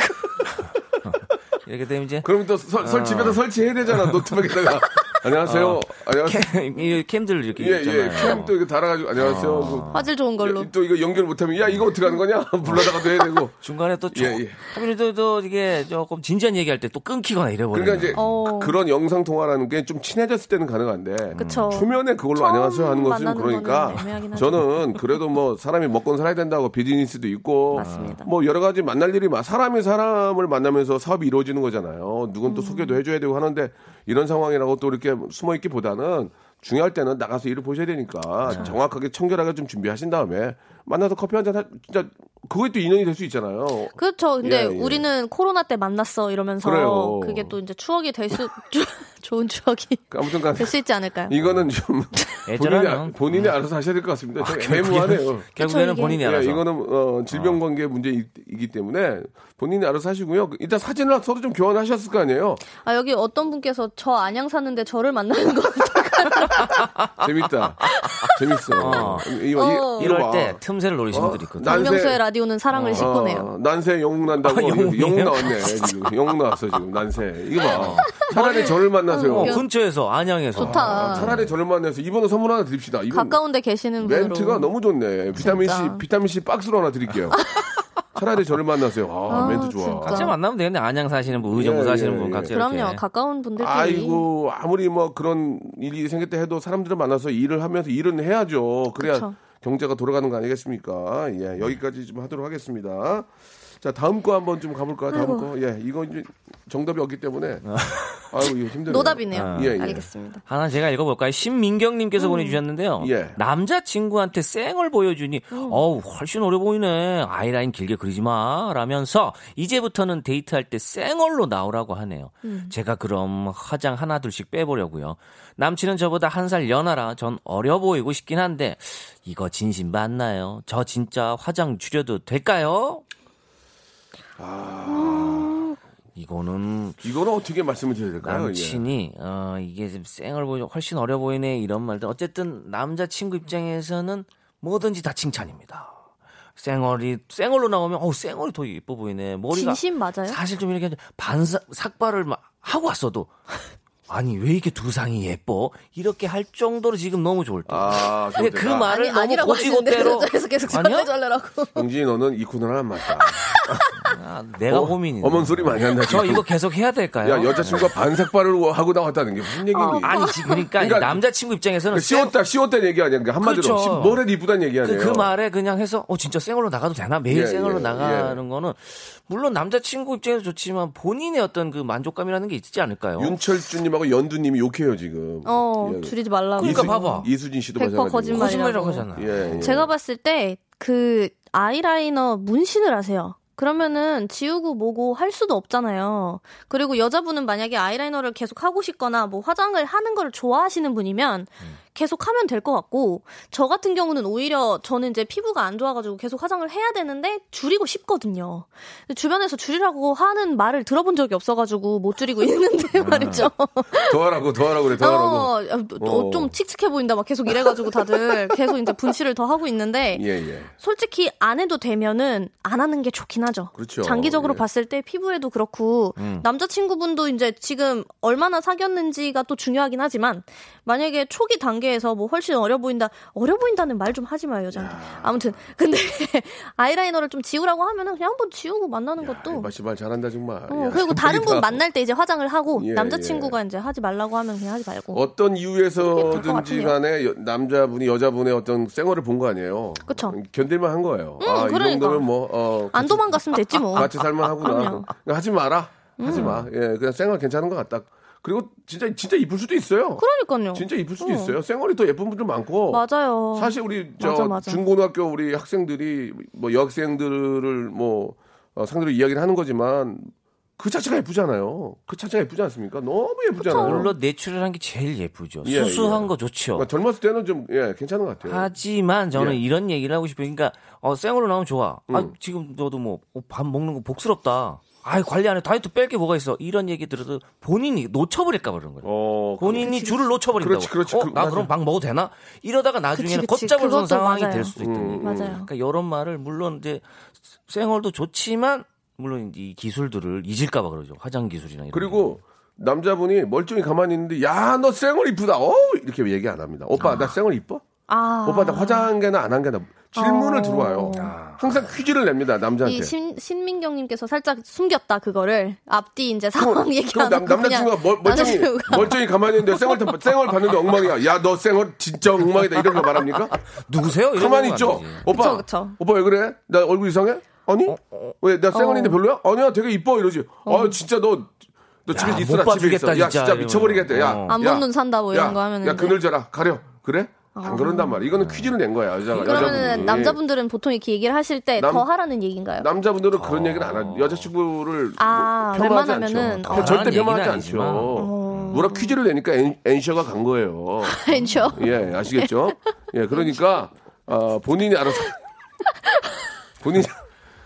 Speaker 5: 예, 이렇게 되면 이제
Speaker 2: 그럼 또 설,
Speaker 5: 아.
Speaker 2: 설- 집에다 설치해야 되잖아
Speaker 5: *laughs*
Speaker 2: 노트북에다가 안녕하세요 안녕하세요
Speaker 5: 캠, 이 아, 캠들 이렇게 있잖아요.
Speaker 2: 예예캠또 이거 *laughs* 달아가지고 안녕하세요 그-
Speaker 7: 화질 좋은 걸로.
Speaker 2: 야, 또 이거 연결 못하면 야 이거 어떻게 하는 거냐 *laughs* 불러다가도 해야 되고
Speaker 5: 중간에 또
Speaker 2: 예, 예.
Speaker 5: 조금 또, 또 이게 조금 진지한 얘기할 때 또 끊기거나 이래버리면
Speaker 2: 그러니까 이제
Speaker 7: 어.
Speaker 2: 그런 영상 통화라는 게 좀 친해졌을 때는 가능한데
Speaker 7: 그쵸.
Speaker 2: 초면에 그걸로
Speaker 7: 처음
Speaker 2: 안녕하세요 하는 것은
Speaker 7: 만나는
Speaker 2: 그러니까
Speaker 7: 거는 애매하긴 하죠.
Speaker 2: 저는 그래도 뭐 사람이 먹고 살아야 된다고 비즈니스도 있고
Speaker 7: 맞습니다.
Speaker 2: 뭐 여러 가지 만날 일이 많 사람이 사람을 만나면서 사업이 이루어지는 거잖아요. 누군
Speaker 7: 음.
Speaker 2: 또 소개도 해줘야 되고 하는데 이런 상황이라고 또 이렇게 숨어 있기보다는 중요할 때는 나가서 일을 보셔야 되니까 정확하게 청결하게 좀 준비하신 다음에 만나서 커피 한잔 진짜 그게 또 인연이 될 수 있잖아요.
Speaker 7: 그렇죠. 근데
Speaker 2: 예, 예.
Speaker 7: 우리는 코로나 때 만났어 이러면서
Speaker 2: 그래요.
Speaker 7: 그게 또 이제 추억이 될 수 *laughs* 좋은
Speaker 2: *laughs*
Speaker 7: 추억이
Speaker 2: 그러니까 아무튼 간
Speaker 7: 될 수 있지 않을까요?
Speaker 2: 이거는 좀 본인이, 아-
Speaker 5: 어. *laughs* 애절하면.
Speaker 2: 본인이 알아서 하셔야 될 것 같습니다. 좀 애매하네요.
Speaker 5: 결국에는
Speaker 7: 이게.
Speaker 5: 본인이
Speaker 2: 예,
Speaker 5: 알아서.
Speaker 2: 이거는 어, 질병 관계 문제이기 때문에 본인이 알아서 하시고요. 일단 사진을 서로 좀 교환하셨을 거 아니에요.
Speaker 7: 아 여기 어떤 분께서 저 안양 사는데 저를 만나는 거
Speaker 5: *laughs*
Speaker 2: 재밌다. 재밌어.
Speaker 5: 어.
Speaker 2: 이- 이- 이거
Speaker 5: 이럴
Speaker 2: 봐.
Speaker 5: 때 틈새를 노리시는
Speaker 2: 어?
Speaker 5: 분들이 있거든요.
Speaker 2: 난-
Speaker 7: 박명수의 라디오는 사랑을 싣고네요.
Speaker 2: 어, 난세 영웅 난다고
Speaker 5: 아, 영웅이에요?
Speaker 2: 영웅 나왔네 지금 영웅 나왔어 지금 난세 이거
Speaker 5: *laughs*
Speaker 2: 봐 차라리 저를 만나세요
Speaker 5: 어,
Speaker 7: 이거-
Speaker 5: 근처에서 안양에서.
Speaker 7: 좋다.
Speaker 2: 아, 차라리 저를 만나서 이번호 선물 하나 드립시다 이분
Speaker 7: 가까운데 계시는 분으로.
Speaker 2: 멘트가 너무 좋네 비타민 C
Speaker 7: 진짜.
Speaker 2: 비타민 C 박스로 하나 드릴게요 차라리 저를 만나세요 아,
Speaker 7: 아,
Speaker 2: 멘트 좋아
Speaker 7: 진짜.
Speaker 5: 각자 만나면 되겠네. 안양 사시는 분, 의정부
Speaker 2: 예,
Speaker 5: 사시는
Speaker 2: 예,
Speaker 5: 분,
Speaker 2: 예.
Speaker 5: 각자
Speaker 7: 그럼요.
Speaker 5: 이렇게.
Speaker 7: 가까운 분들끼리.
Speaker 2: 아이고 아무리 뭐 그런 일이 생겼다 해도 사람들을 만나서 일을 하면서 일은 해야죠. 그래야
Speaker 7: 그쵸.
Speaker 2: 경제가 돌아가는 거 아니겠습니까? 예, 여기까지 좀 하도록 하겠습니다. 자, 다음 거 한번 좀 가볼까? 다음
Speaker 7: 아이고.
Speaker 2: 거. 예, 이거 이제 정답이 없기 때문에 아이고 이거 힘들어요.
Speaker 7: 노답이네요.
Speaker 2: 아. 예, 예.
Speaker 7: 알겠습니다. 음.
Speaker 5: 하나 제가 읽어볼까요? 신민경님께서 보내주셨는데요.
Speaker 2: 예.
Speaker 5: 남자친구한테 쌩얼 보여주니,
Speaker 7: 음.
Speaker 5: 어우, 훨씬 어려 보이네. 아이라인 길게 그리지 마. 라면서, 이제부터는 데이트할 때 쌩얼로 나오라고 하네요.
Speaker 7: 음.
Speaker 5: 제가 그럼 화장 하나둘씩 빼보려고요. 남친은 저보다 한 살 연하라 전 어려 보이고 싶긴 한데, 이거 진심 맞나요? 저 진짜 화장 줄여도 될까요?
Speaker 7: 음.
Speaker 5: 이거는
Speaker 2: 이거는 어떻게 말씀을 드려야 될까요? 예.
Speaker 5: 남친이 어, 이게 지금 쌩얼 보이 훨씬 어려 보이네 이런 말들 어쨌든 남자 친구 입장에서는 뭐든지 다 칭찬입니다. 쌩얼이 쌩얼로 나오면 어 쌩얼이 더 예뻐 보이네 머리가
Speaker 7: 진심 맞아요?
Speaker 5: 사실 좀 이렇게 반사 삭발을 막 하고 왔어도 *laughs* 아니 왜 이렇게 두상이 예뻐 이렇게 할 정도로 지금 너무 좋을 때.
Speaker 2: 아,
Speaker 7: *laughs*
Speaker 5: 근데 그 말을 너무
Speaker 7: 하시는데 *laughs*
Speaker 5: 고지고대로
Speaker 7: 그래서 계속
Speaker 5: 아니요?
Speaker 7: 절레절레라고.
Speaker 2: 영진이 너는 이 코너는 안
Speaker 5: *laughs*
Speaker 2: 맞다.
Speaker 5: 아, 내가
Speaker 2: 어?
Speaker 5: 고민이.
Speaker 2: 어머니 소리 많이 한다.
Speaker 5: 저
Speaker 2: 지금.
Speaker 5: 이거 계속 해야 될까요?
Speaker 2: 야, 여자친구가 반삭발을 하고 나왔다는 게 무슨 얘기니?
Speaker 5: 아니 지- 그러니까,
Speaker 2: 그러니까
Speaker 5: 남자친구 입장에서는 쌩-
Speaker 2: 씌웠다, 씌웠다는 얘기 아니야. 그러니까 한마디로.
Speaker 5: 그렇죠.
Speaker 2: 시- 뭘 해도 이쁘다는 얘기
Speaker 5: 그,
Speaker 2: 아니에요.
Speaker 5: 그 말에 그냥 해서 어 진짜 쌩얼로 나가도 되나 매일
Speaker 2: 예,
Speaker 5: 쌩얼로
Speaker 2: 예,
Speaker 5: 나가는 거는 물론 남자친구 입장에서 좋지만 본인의 어떤 그 만족감이라는 게 있지 않을까요?
Speaker 2: 윤철주님하고 연두님이 욕해요 지금.
Speaker 7: 어
Speaker 2: 예.
Speaker 7: 줄이지 말라고.
Speaker 5: 그러니까 봐봐.
Speaker 2: 이수진 씨도
Speaker 7: 100%
Speaker 2: 마찬가지고.
Speaker 7: 거짓말.
Speaker 5: 거짓말이라고 하잖아.
Speaker 2: 예, 예.
Speaker 7: 제가 봤을 때 그 아이라이너 문신을 하세요. 그러면은 지우고 뭐고 할 수도 없잖아요. 그리고 여자분은 만약에 아이라이너를 계속 하고 싶거나 뭐 화장을 하는 걸 좋아하시는 분이면
Speaker 2: 음.
Speaker 7: 계속 하면 될 것 같고 저 같은 경우는 오히려 저는 이제 피부가 안 좋아가지고 계속 화장을 해야 되는데 줄이고 싶거든요. 근데 주변에서 줄이라고 하는 말을 들어본 적이 없어가지고 못 줄이고
Speaker 2: 아,
Speaker 7: 있는데 *laughs* 말이죠.
Speaker 2: 더하라고 더하라고 그래 더하라고.
Speaker 7: 어, 어, 좀 칙칙해 보인다 막 계속 이래가지고 다들 계속 이제 분칠을 더 하고 있는데
Speaker 2: 예, 예.
Speaker 7: 솔직히 안 해도 되면은 안 하는 게 좋긴 하죠.
Speaker 2: 그렇죠.
Speaker 7: 장기적으로
Speaker 2: 예. 음.
Speaker 7: 봤을 때 피부에도 그렇고 남자친구분도 이제 지금 얼마나 사귀었는지가 또 중요하긴 하지만 만약에 초기 단계에서 뭐 훨씬 어려 보인다 어려 보인다는 말 좀 하지 마요 여자한테. 아무튼 근데 *laughs* 아이라이너를 좀 지우라고 하면은 그냥 한번 지우고 만나는 것도.
Speaker 2: 마씨 말 잘한다 정말. 예. 그러니까
Speaker 7: 어,
Speaker 2: 야,
Speaker 7: 그리고 다른 분
Speaker 2: 대박이다.
Speaker 7: 만날 때 이제 화장을 하고
Speaker 2: 예,
Speaker 7: 남자친구가 이제 하지 말라고 하면 그냥 하지 말고.
Speaker 2: 어떤
Speaker 7: 될것
Speaker 2: 이유에서든지
Speaker 7: 같은데요.
Speaker 2: 간에 여- 남자분이 여자분의 어떤 생얼을 본 거 아니에요.
Speaker 7: 그쵸.
Speaker 2: 견딜만 한 거예요. 아,
Speaker 7: 그러니까.
Speaker 2: 이 정도면 뭐 어,
Speaker 7: 안 도망갔으면 됐지 뭐. 아,
Speaker 2: 같이 살만 하구나.
Speaker 7: 그럼요. 음.
Speaker 2: 그러니까 하지 마라. 하지 마. 예, 그냥 생얼 괜찮은 것 같다. 그리고 진짜 진짜 이쁠 수도 있어요.
Speaker 7: 그러니까요.
Speaker 2: 진짜 이쁠 수도
Speaker 7: 어.
Speaker 2: 있어요. 생얼이 더 예쁜 분들 많고.
Speaker 7: 맞아요.
Speaker 2: 사실 우리 저
Speaker 7: 맞아, 맞아.
Speaker 2: 중고등학교 우리 학생들이 뭐 여학생들을 뭐 어, 상대로 이야기를 하는 거지만 그 자체가 예쁘잖아요. 그 자체가 예쁘지 않습니까? 너무 예쁘잖아요.
Speaker 5: 물론 내추럴한 게 제일 예쁘죠.
Speaker 2: 예,
Speaker 5: 수수한
Speaker 2: 예.
Speaker 5: 거 좋죠.
Speaker 2: 그러니까 젊었을 때는 좀 예, 괜찮은 것 같아요.
Speaker 5: 하지만 저는
Speaker 2: 예. 음.
Speaker 5: 이런 얘기를 하고 싶어요. 그러니까 어 쌩얼로 나오면 좋아. 아, 지금 너도 뭐 밥 먹는 거 복스럽다. 아, 관리 안 해. 다이어트 뺄 게 뭐가 있어. 이런 얘기 들어도 본인이 놓쳐버릴까 그러는 거예요.
Speaker 2: 어,
Speaker 5: 본인이 줄을 놓쳐버린다고.
Speaker 2: 그렇지, 그렇지.
Speaker 5: 어,
Speaker 2: 그-
Speaker 5: 나
Speaker 2: 맞아.
Speaker 5: 그럼 막 먹어도 되나? 이러다가 나중에는
Speaker 7: 그치, 그치.
Speaker 5: 걷잡을 선
Speaker 7: 그것도
Speaker 5: 상황이
Speaker 7: 맞아요.
Speaker 5: 될 수도
Speaker 2: 음,
Speaker 5: 있다. 는
Speaker 7: 맞아요.
Speaker 5: 그러니까 이런 말을 물론 이제 생얼도 좋지만 물론 이 기술들을 잊을까봐 그러죠. 화장 기술이나 이런.
Speaker 2: 그리고 남자분이 멀쩡히 가만히 있는데 야 너 쌩얼 이쁘다. 어 이렇게 얘기 안 합니다. 오빠 나 쌩얼 이뻐?
Speaker 7: 아.
Speaker 2: 오빠 나 화장한 게나 안 한 게나 질문을
Speaker 7: 어.
Speaker 2: 들어와요. 항상 퀴즈를 냅니다 남자한테.
Speaker 7: 이 신, 신민경님께서 살짝 숨겼다 그거를 앞뒤 이제 상황 얘기
Speaker 2: 그럼
Speaker 7: 안
Speaker 2: 남,
Speaker 7: 하고
Speaker 2: 남자친구가 뭐, 멀,
Speaker 7: 그냥
Speaker 2: 멀쩡히
Speaker 7: 남자친구가
Speaker 2: 멀쩡히 가만히 있는데 쌩얼 다- 쌩얼 봤는데 엉망이야. 야 너 쌩얼 진짜 엉망이다 이런 거
Speaker 7: *laughs*
Speaker 2: 말합니까?
Speaker 5: 누구세요? 이런
Speaker 2: 가만히
Speaker 5: 건
Speaker 2: 있죠.
Speaker 5: 아니지.
Speaker 2: 오빠
Speaker 7: 그쵸, 그쵸.
Speaker 2: 오빠 왜 그래? 나 얼굴 이상해? 아니 왜 나 쌩얼인데
Speaker 7: 어.
Speaker 2: 별로야? 아니야 되게 이뻐 이러지. 아 진짜 너. 너 집에 있어라
Speaker 5: 못
Speaker 2: 집에 있어.
Speaker 5: 봐주겠다,
Speaker 2: 야
Speaker 5: 진짜,
Speaker 2: 진짜 미쳐버리겠다. 야,
Speaker 5: 이러면서. 어.
Speaker 7: 안
Speaker 2: 어, 야,
Speaker 7: 먹는 산다 뭐 이런
Speaker 2: 야,
Speaker 7: 거 하면은
Speaker 2: 야 그늘 져라 가려. 그래? 안 그런단 말이야. 이거는 퀴즈를 낸 거야 여자가.
Speaker 7: 그러면은
Speaker 2: 여자분이.
Speaker 7: 남자분들은 보통 이렇게 얘기를 하실 때
Speaker 2: 남-
Speaker 7: 더 하라는 얘기인가요? *laughs*
Speaker 2: 남자분들은
Speaker 5: 어.
Speaker 2: 그런 얘기를 안 하죠. 여자친구를
Speaker 7: 아,
Speaker 2: 뭐 폄하하지
Speaker 7: 웬만하면은
Speaker 2: 않죠.
Speaker 7: 어. 더
Speaker 2: 절대
Speaker 5: 하라는
Speaker 2: 폄하하지
Speaker 5: 얘기는 아니지만.
Speaker 2: 않죠. 뭐라 퀴즈를 내니까 엔, 엔셔가 간 거예요.
Speaker 7: 괜찮죠?
Speaker 2: 예, 아시겠죠? 예, 그러니까 어, 본인이 알아서 *laughs* 본인이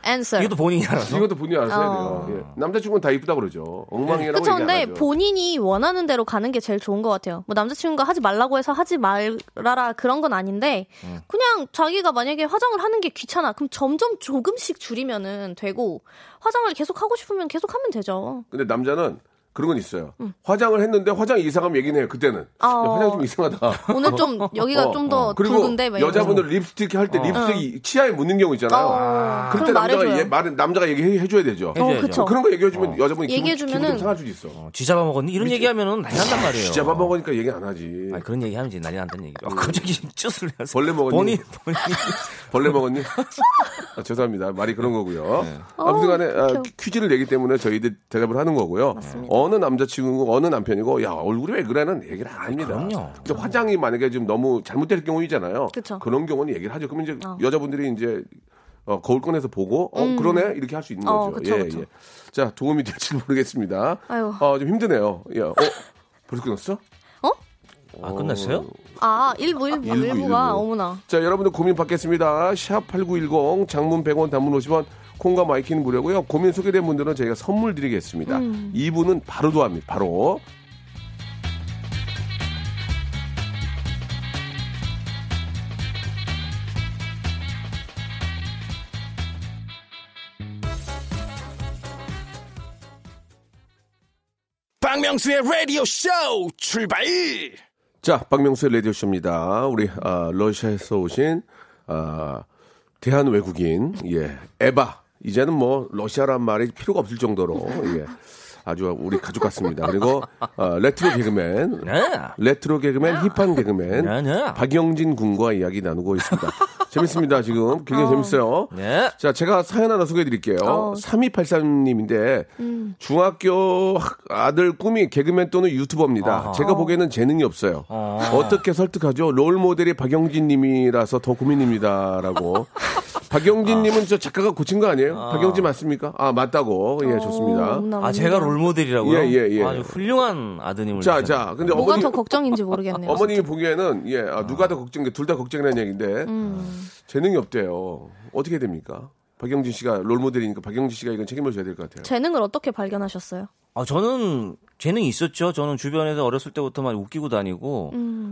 Speaker 7: answer.
Speaker 5: 이것도 본인이 알아서.
Speaker 2: 예. 이것도 본인이 알아서 해야
Speaker 7: 어.
Speaker 2: 돼요. 예. 남자친구는 다 이쁘다 그러죠. 엉망이라고
Speaker 7: 그쵸,
Speaker 2: 얘기 안
Speaker 7: 근데
Speaker 2: 하죠.
Speaker 7: 본인이 원하는 대로 가는 게 제일 좋은 것 같아요. 뭐 남자친구가 하지 말라고 해서 하지 말아라 그런 건 아닌데,
Speaker 2: 음.
Speaker 7: 그냥 자기가 만약에 화장을 하는 게 귀찮아. 그럼 점점 조금씩 줄이면은 되고, 화장을 계속 하고 싶으면 계속 하면 되죠.
Speaker 2: 근데 남자는 그런 건 있어요. 화장을 했는데 화장 이상하면 얘기는 해요. 그때는
Speaker 7: 아,
Speaker 2: 야,
Speaker 7: 음. 어.
Speaker 2: 화장 좀 이상하다.
Speaker 7: 오늘 좀 여기가
Speaker 2: *laughs* 어,
Speaker 7: 그러니까 좀 더
Speaker 2: 어. 그리고
Speaker 7: 붉은데? 막 이러면서.
Speaker 2: 여자분들 립스틱 할 때 립스틱이 치아에 묻는 경우 있잖아요.
Speaker 7: 어.
Speaker 2: 그때
Speaker 7: 그럼
Speaker 2: 남자가
Speaker 7: 말해줘요.
Speaker 2: 얘, 말은 남자가 얘기해 줘야 되죠.
Speaker 5: 해줘야죠.
Speaker 7: 어, 그쵸.
Speaker 2: 그런 거 얘기해주면 여자분이 기분,
Speaker 7: 얘기해주면은-
Speaker 2: 기분 좀 상할 수도 있어.
Speaker 5: 어, 쥐잡아 먹었니? 이런 얘기하면은 난리 난단 말이에요.
Speaker 2: 진짜 밥 먹으니까 얘기 안 하지.
Speaker 5: 아니, 그런 얘기하면 이제 난리 난다는 얘기죠. 아, 갑자기 *laughs* 쭈슬 내서.
Speaker 2: 벌레 먹었니?
Speaker 5: 본인,
Speaker 2: *laughs*
Speaker 5: 본인.
Speaker 2: 벌레 먹었니? 아, 죄송합니다. 말이 그런 거고요.
Speaker 5: 네.
Speaker 2: 아무튼간에 아,
Speaker 7: 어떡해요.
Speaker 2: 퀴즈를 내기 때문에 저희들 대답을 하는 거고요. 어느 남자친구, 어느 남편이고 야 얼굴이 왜 그래는 얘기를 안 합니다.
Speaker 5: 그럼요.
Speaker 2: 근데 화장이 만약에 좀 너무 잘못될 경우이잖아요.
Speaker 7: 그쵸.
Speaker 2: 런 경우는 얘기를 하죠. 그러면 이제 여자분들이 이제 어, 거울 꺼내서 보고 어 그러네 이렇게 할 수 있는
Speaker 7: 음. 어,
Speaker 2: 거죠. 예,
Speaker 7: 그쵸, 그쵸.
Speaker 2: 자 도움이 될지 모르겠습니다.
Speaker 7: 아유.
Speaker 2: 어, 좀 힘드네요. 예.
Speaker 7: *laughs*
Speaker 2: 어, 벌써 끊었어?
Speaker 5: 아, 끝났어요?
Speaker 7: 아, 일부, 일부,
Speaker 2: 일부,
Speaker 7: 일부가,
Speaker 2: 일부.
Speaker 7: 어머나.
Speaker 2: 자, 여러분들 고민 받겠습니다. 샵8910 장문 100원 단문 50원 콩과 마이킹 무료고요. 고민 소개된 분들은 저희가 선물 드리겠습니다. 이분은 바로 도합니다. 바로.
Speaker 6: 박명수의 라디오 쇼 출발!
Speaker 2: 자, 박명수의 라디오쇼입니다. 우리 아, 러시아에서 오신 아, 대한 외국인 예, 에바. 이제는 뭐 러시아란 말이 필요가 없을 정도로 예, 아주 우리 가족 같습니다. 그리고 아, 레트로 개그맨
Speaker 5: 네.
Speaker 2: 레트로
Speaker 7: 아.
Speaker 2: 개그맨, 힙한
Speaker 5: 네,
Speaker 2: 개그맨,
Speaker 5: 네.
Speaker 2: 박영진 군과 이야기 나누고 있습니다.
Speaker 7: *laughs*
Speaker 2: 재밌습니다, 지금. 굉장히 재밌어요.
Speaker 5: 네.
Speaker 2: 자, 제가 사연 하나 소개해 드릴게요.
Speaker 7: 어.
Speaker 2: 3283님인데,
Speaker 7: 음.
Speaker 2: 중학교 학- 아들 꿈이 개그맨 또는 유튜버입니다. 제가 보기에는 재능이 없어요. 어. 떻게 설득하죠? 롤 모델이 박영진 님이라서 더 고민입니다.
Speaker 7: *laughs*
Speaker 2: 라고. 박영진 님은 저 작가가 고친 거 아니에요? 박영진 맞습니까? 아, 맞다고. 예, 좋습니다.
Speaker 7: 어머나,
Speaker 5: 아,
Speaker 7: 어머나.
Speaker 5: 제가 롤모델이라고요?
Speaker 2: 예, 예, 예.
Speaker 5: 아주 훌륭한 아드님을.
Speaker 2: 자,
Speaker 5: 낳으셨-
Speaker 2: 자. 근데
Speaker 7: 뭐가
Speaker 2: 어머니
Speaker 7: 더 걱정인지 모르겠네요.
Speaker 2: 어머님이 보기에는 예 아, 누가 더 걱정 둘 다 걱정이라는 얘기인데
Speaker 5: 음.
Speaker 2: 재능이 없대요. 어떻게 됩니까? 박영진 씨가 롤모델이니까 박영진 씨가 이건 책임을 져야 될 것 같아요.
Speaker 7: 재능을 어떻게 발견하셨어요?
Speaker 5: 아, 저는 재능이 있었죠. 저는 주변에서 어렸을 때부터 많이 웃기고 다니고,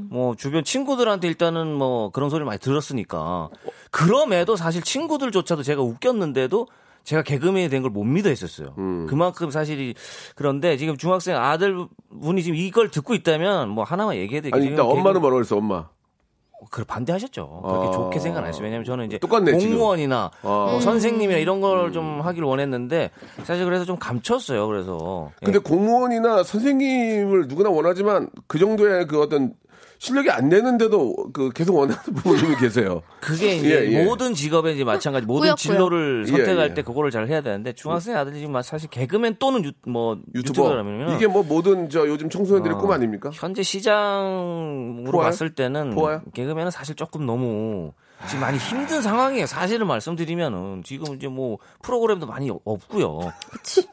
Speaker 5: 뭐, 주변 친구들한테 일단은 뭐, 그런 소리를 많이 들었으니까. 그럼에도 사실 친구들조차도 제가 웃겼는데도 제가 개그맨이 된 걸 못 믿어 했었어요.
Speaker 2: 음.
Speaker 5: 그만큼 사실이, 그런데 지금 중학생 아들 분이 지금 이걸 듣고 있다면 뭐, 하나만 얘기해야 되겠죠.
Speaker 2: 아니 일단 엄마는 뭐라 그랬어 엄마.
Speaker 5: 그 반대하셨죠. 그렇게
Speaker 2: 아.
Speaker 5: 좋게 생각 안 했어요. 왜냐면 저는 이제
Speaker 2: 똑같네, 지금.
Speaker 5: 공무원이나
Speaker 2: 아. 음.
Speaker 5: 뭐 선생님이나 이런 걸 좀 하길 원했는데 사실 그래서 좀 감췄어요. 그래서 예.
Speaker 2: 근데 공무원이나 선생님을 누구나 원하지만 그 정도의 그 어떤 실력이 안 되는데도 그 계속 원하는 *laughs* 부모님이 계세요.
Speaker 5: 그게
Speaker 2: 예,
Speaker 5: 이제
Speaker 2: 예.
Speaker 5: 모든 직업에 이제 마찬가지 모든
Speaker 7: 꾸역꾸역.
Speaker 5: 진로를 선택할
Speaker 2: 예, 예.
Speaker 5: 때 그거를 잘 해야 되는데 중학생 아들이 지금 막 사실 개그맨 또는 유, 뭐
Speaker 2: 유튜버
Speaker 5: 유튜버라면
Speaker 2: 이게 뭐 모든 저 요즘 청소년들의 꿈 아닙니까?
Speaker 5: 현재 시장으로
Speaker 2: 포화요?
Speaker 5: 봤을 때는
Speaker 2: 포화요?
Speaker 5: 개그맨은 사실 조금 너무 지금 많이 힘든 상황이에요. 사실을 말씀드리면은 지금 이제 뭐 프로그램도 많이 없고요.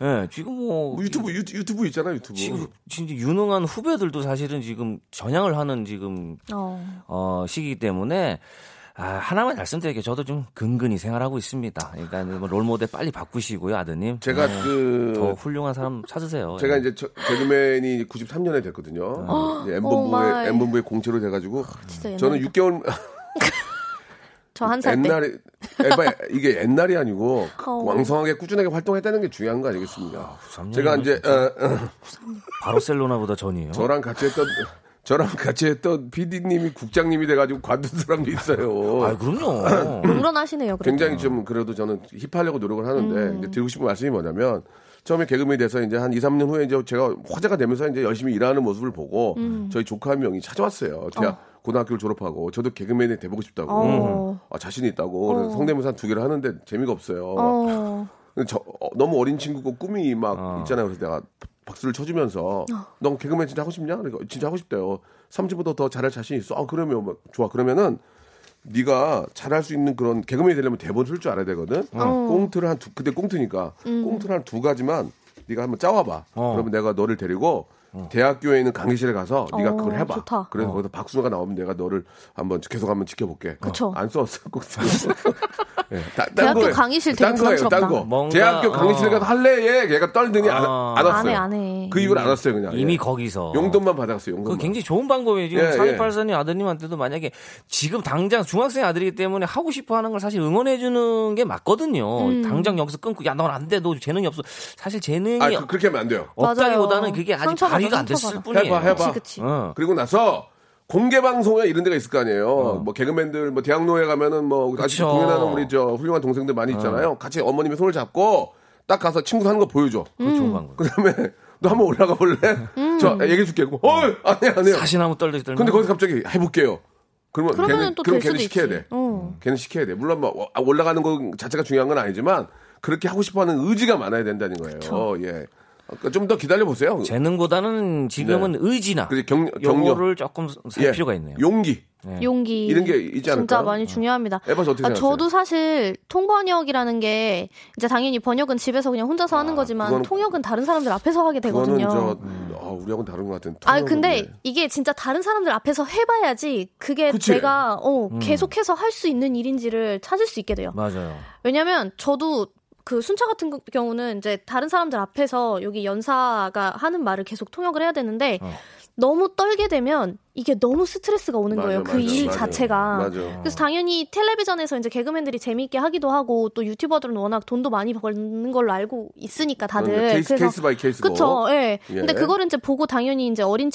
Speaker 5: 예, 지금 뭐
Speaker 2: 뭐 유튜브 유, 유튜브 있잖아 유튜브.
Speaker 5: 지금 진짜 유능한 후배들도 사실은 지금 전향을 하는 지금
Speaker 7: 어.
Speaker 5: 어, 시기이기 때문에 아, 하나만 말씀드릴게요. 저도 좀 근근히 생활하고 있습니다. 그러니까 뭐 롤모델 빨리 바꾸시고요, 아드님.
Speaker 2: 제가
Speaker 5: 네,
Speaker 2: 그
Speaker 5: 더 훌륭한 사람 찾으세요.
Speaker 2: 제가
Speaker 5: 예.
Speaker 2: 이제 저- 개그맨이 93년에
Speaker 5: 아.
Speaker 2: 됐거든요. 어, 이제
Speaker 7: 오 마이. 아,
Speaker 2: M본부의 M본부의 공채로 돼가지고
Speaker 7: 진짜 옛날이다.
Speaker 2: 저는 6개월
Speaker 7: 저 한 살 때.
Speaker 2: 옛날에 에바 이게 옛날이 아니고
Speaker 7: *laughs* 어.
Speaker 2: 왕성하게 꾸준하게 활동했다는 게 중요한 거 아니겠습니까?
Speaker 5: 구삼 년이면
Speaker 2: 제가 이제 어, 어,
Speaker 5: 바르셀로나보다 전이에요.
Speaker 2: 저랑 같이 했던 저랑 같이 했던 PD님이 국장님이 돼가지고 관둔 사람도 있어요.
Speaker 5: 아, 그럼요.
Speaker 7: 물어나시네요. 음. 그래도.
Speaker 2: 음, 굉장히 좀 그래도 저는 힙하려고 노력을 하는데 이제 드리고 싶은 말씀이 뭐냐면 처음에 개그맨이 돼서 이제 한 2, 3년 후에 이제 제가 화제가 되면서 이제 열심히 일하는 모습을 보고
Speaker 7: 음.
Speaker 2: 저희 조카 한 명이 찾아왔어요. 제가 고등학교를 졸업하고 저도 개그맨이 돼보고 싶다고
Speaker 7: 어.
Speaker 2: 아, 자신이 있다고 그래서 성대모사 한 두 개를 하는데 재미가 없어요.
Speaker 7: 어.
Speaker 2: 근데 저, 어, 너무 어린 친구고 꿈이 막 있잖아요. 그래서 내가 박수를 쳐주면서
Speaker 7: 어.
Speaker 2: 너 개그맨 진짜 하고 싶냐? 그러니까 진짜 하고 싶대요. 삼촌보다 더 잘할 자신 있어. 아, 그러면 막 좋아. 그러면은 네가 잘할 수 있는 그런 개그맨이 되려면 대본 쓸 줄 알아야 되거든.
Speaker 7: 어.
Speaker 2: 꽁트를
Speaker 7: 음.
Speaker 2: 한 두, 그때 꽁트니까 꽁트를 한 두 가지만 네가 한번 짜와봐.
Speaker 5: 어.
Speaker 2: 그러면 내가 너를 데리고 대학교에 있는 강의실에 가서 네가
Speaker 7: 어,
Speaker 2: 그걸 해봐.
Speaker 7: 좋다.
Speaker 2: 그래서 거기서 박수가 나오면 내가 너를 한번 계속 한번 지켜볼게.
Speaker 7: 그쵸.
Speaker 2: 안 써왔어. 꼭 써왔어.
Speaker 7: *laughs*
Speaker 2: 예, 다- 딴
Speaker 7: 대학교
Speaker 2: 거예요.
Speaker 7: 강의실 되게
Speaker 2: 딴 거예요. 딴
Speaker 7: 부담스럽다.
Speaker 2: 거.
Speaker 5: 뭔가,
Speaker 2: 대학교 강의실에
Speaker 5: 어.
Speaker 2: 가서 할래? 얘. 얘가 떨더니 안,
Speaker 5: 어.
Speaker 2: 안 왔어요.
Speaker 7: 안 해, 안 해.
Speaker 2: 그 이후로 안 왔어요. 그냥.
Speaker 5: 이미
Speaker 2: 예.
Speaker 5: 거기서
Speaker 2: 용돈만 받았어요.
Speaker 5: 그
Speaker 2: 용돈만.
Speaker 5: 굉장히 좋은 방법이에요. 지금
Speaker 2: 예, 예.
Speaker 5: 4284님 아드님한테도 만약에 지금 당장 중학생 아들이기 때문에 하고 싶어 하는 걸 사실 응원해주는 게 맞거든요.
Speaker 7: 음.
Speaker 5: 당장 여기서 끊고, 야, 넌 안 돼. 너 재능이 없어. 사실 재능이
Speaker 2: 아, 그, 그렇게 하면 안 돼요.
Speaker 5: 없다기보다는
Speaker 7: 맞아요.
Speaker 5: 그게 아직
Speaker 7: 상처받아,
Speaker 5: 발휘가 안 됐을
Speaker 7: 상처받아.
Speaker 5: 뿐이에요.
Speaker 2: 해봐, 해봐.
Speaker 7: 그치, 그치.
Speaker 5: 어.
Speaker 2: 그리고 나서 공개 방송에 이런 데가 있을 거 아니에요. 뭐 개그맨들 뭐 대학로에 가면은 뭐 같이
Speaker 5: 그쵸. 어.
Speaker 2: 공연하는 우리 저 훌륭한 동생들 많이 있잖아요. 같이 어머님이 손을 잡고 딱 가서 친구 하는 거 보여줘.
Speaker 5: 그 좋은 방법.
Speaker 2: 그다음에 너 한번 올라가 볼래?
Speaker 7: 음.
Speaker 2: 저 얘기해 줄게. 어, 아니 아니요.
Speaker 5: 사실 한번 떨리지 떨면
Speaker 2: 근데 거기서 갑자기 해볼게요. 그러면
Speaker 7: 그러면은
Speaker 2: 걔는
Speaker 7: 또
Speaker 2: 그럼
Speaker 7: 될
Speaker 2: 걔는
Speaker 7: 수도
Speaker 2: 시켜야
Speaker 7: 있지.
Speaker 2: 돼. 음.
Speaker 7: 어.
Speaker 2: 걔는 시켜야 돼. 물론 뭐 어, 올라가는 거 자체가 중요한 건 아니지만 그렇게 하고 싶어하는 의지가 많아야 된다는 거예요. 예. 좀 더 기다려 보세요.
Speaker 5: 재능보다는 지금은 의지나
Speaker 2: 네. 그래서 경- 경력.
Speaker 5: 요거를 조금 살
Speaker 2: 예.
Speaker 5: 필요가 있네요.
Speaker 2: 용기.
Speaker 7: 용기
Speaker 2: 이런 게 있지
Speaker 7: 진짜
Speaker 2: 않을까요?
Speaker 7: 많이 중요합니다.
Speaker 2: 에바스 어떻게
Speaker 7: 아,
Speaker 2: 생각하세요?
Speaker 7: 저도 사실 통번역이라는 게 이제 당연히 번역은 집에서 그냥 혼자서 하는 거지만
Speaker 2: 아, 그거는-
Speaker 7: 통역은 다른 사람들 앞에서 하게
Speaker 2: 그거는
Speaker 7: 되거든요.
Speaker 2: 저 아, 우리하고는 다른 것 같은.
Speaker 7: 아
Speaker 2: 통역은
Speaker 7: 근데
Speaker 2: 예.
Speaker 7: 이게 진짜 다른 사람들 앞에서 해봐야지 그게
Speaker 2: 그치? 음.
Speaker 7: 내가 어, 계속해서 할 수 있는 일인지를 찾을 수 있게 돼요.
Speaker 2: *laughs*
Speaker 5: 맞아요.
Speaker 7: 왜냐면 저도 그 순차 같은 거- 경우는 이제 다른 사람들 앞에서 여기 연사가 하는 말을 계속 통역을 해야 되는데
Speaker 2: 어.
Speaker 7: 너무 떨게 되면 이게 너무 스트레스가 오는
Speaker 2: 맞아,
Speaker 7: 거예요.
Speaker 2: 맞아,
Speaker 7: 그 일
Speaker 2: 맞아.
Speaker 7: 자체가.
Speaker 2: 맞아.
Speaker 7: 그래서 당연히 텔레비전에서 이제 개그맨들이 재미있게 하기도 하고 또 유튜버들은 워낙 돈도 많이 버는 걸로 알고 있으니까 다들
Speaker 2: 그건 케이스,
Speaker 7: 그래서
Speaker 2: 케이스 바이 케이스고.
Speaker 7: 그쵸 예.
Speaker 2: 예.
Speaker 7: 근데 그거를 이제 보고 당연히 이제 어린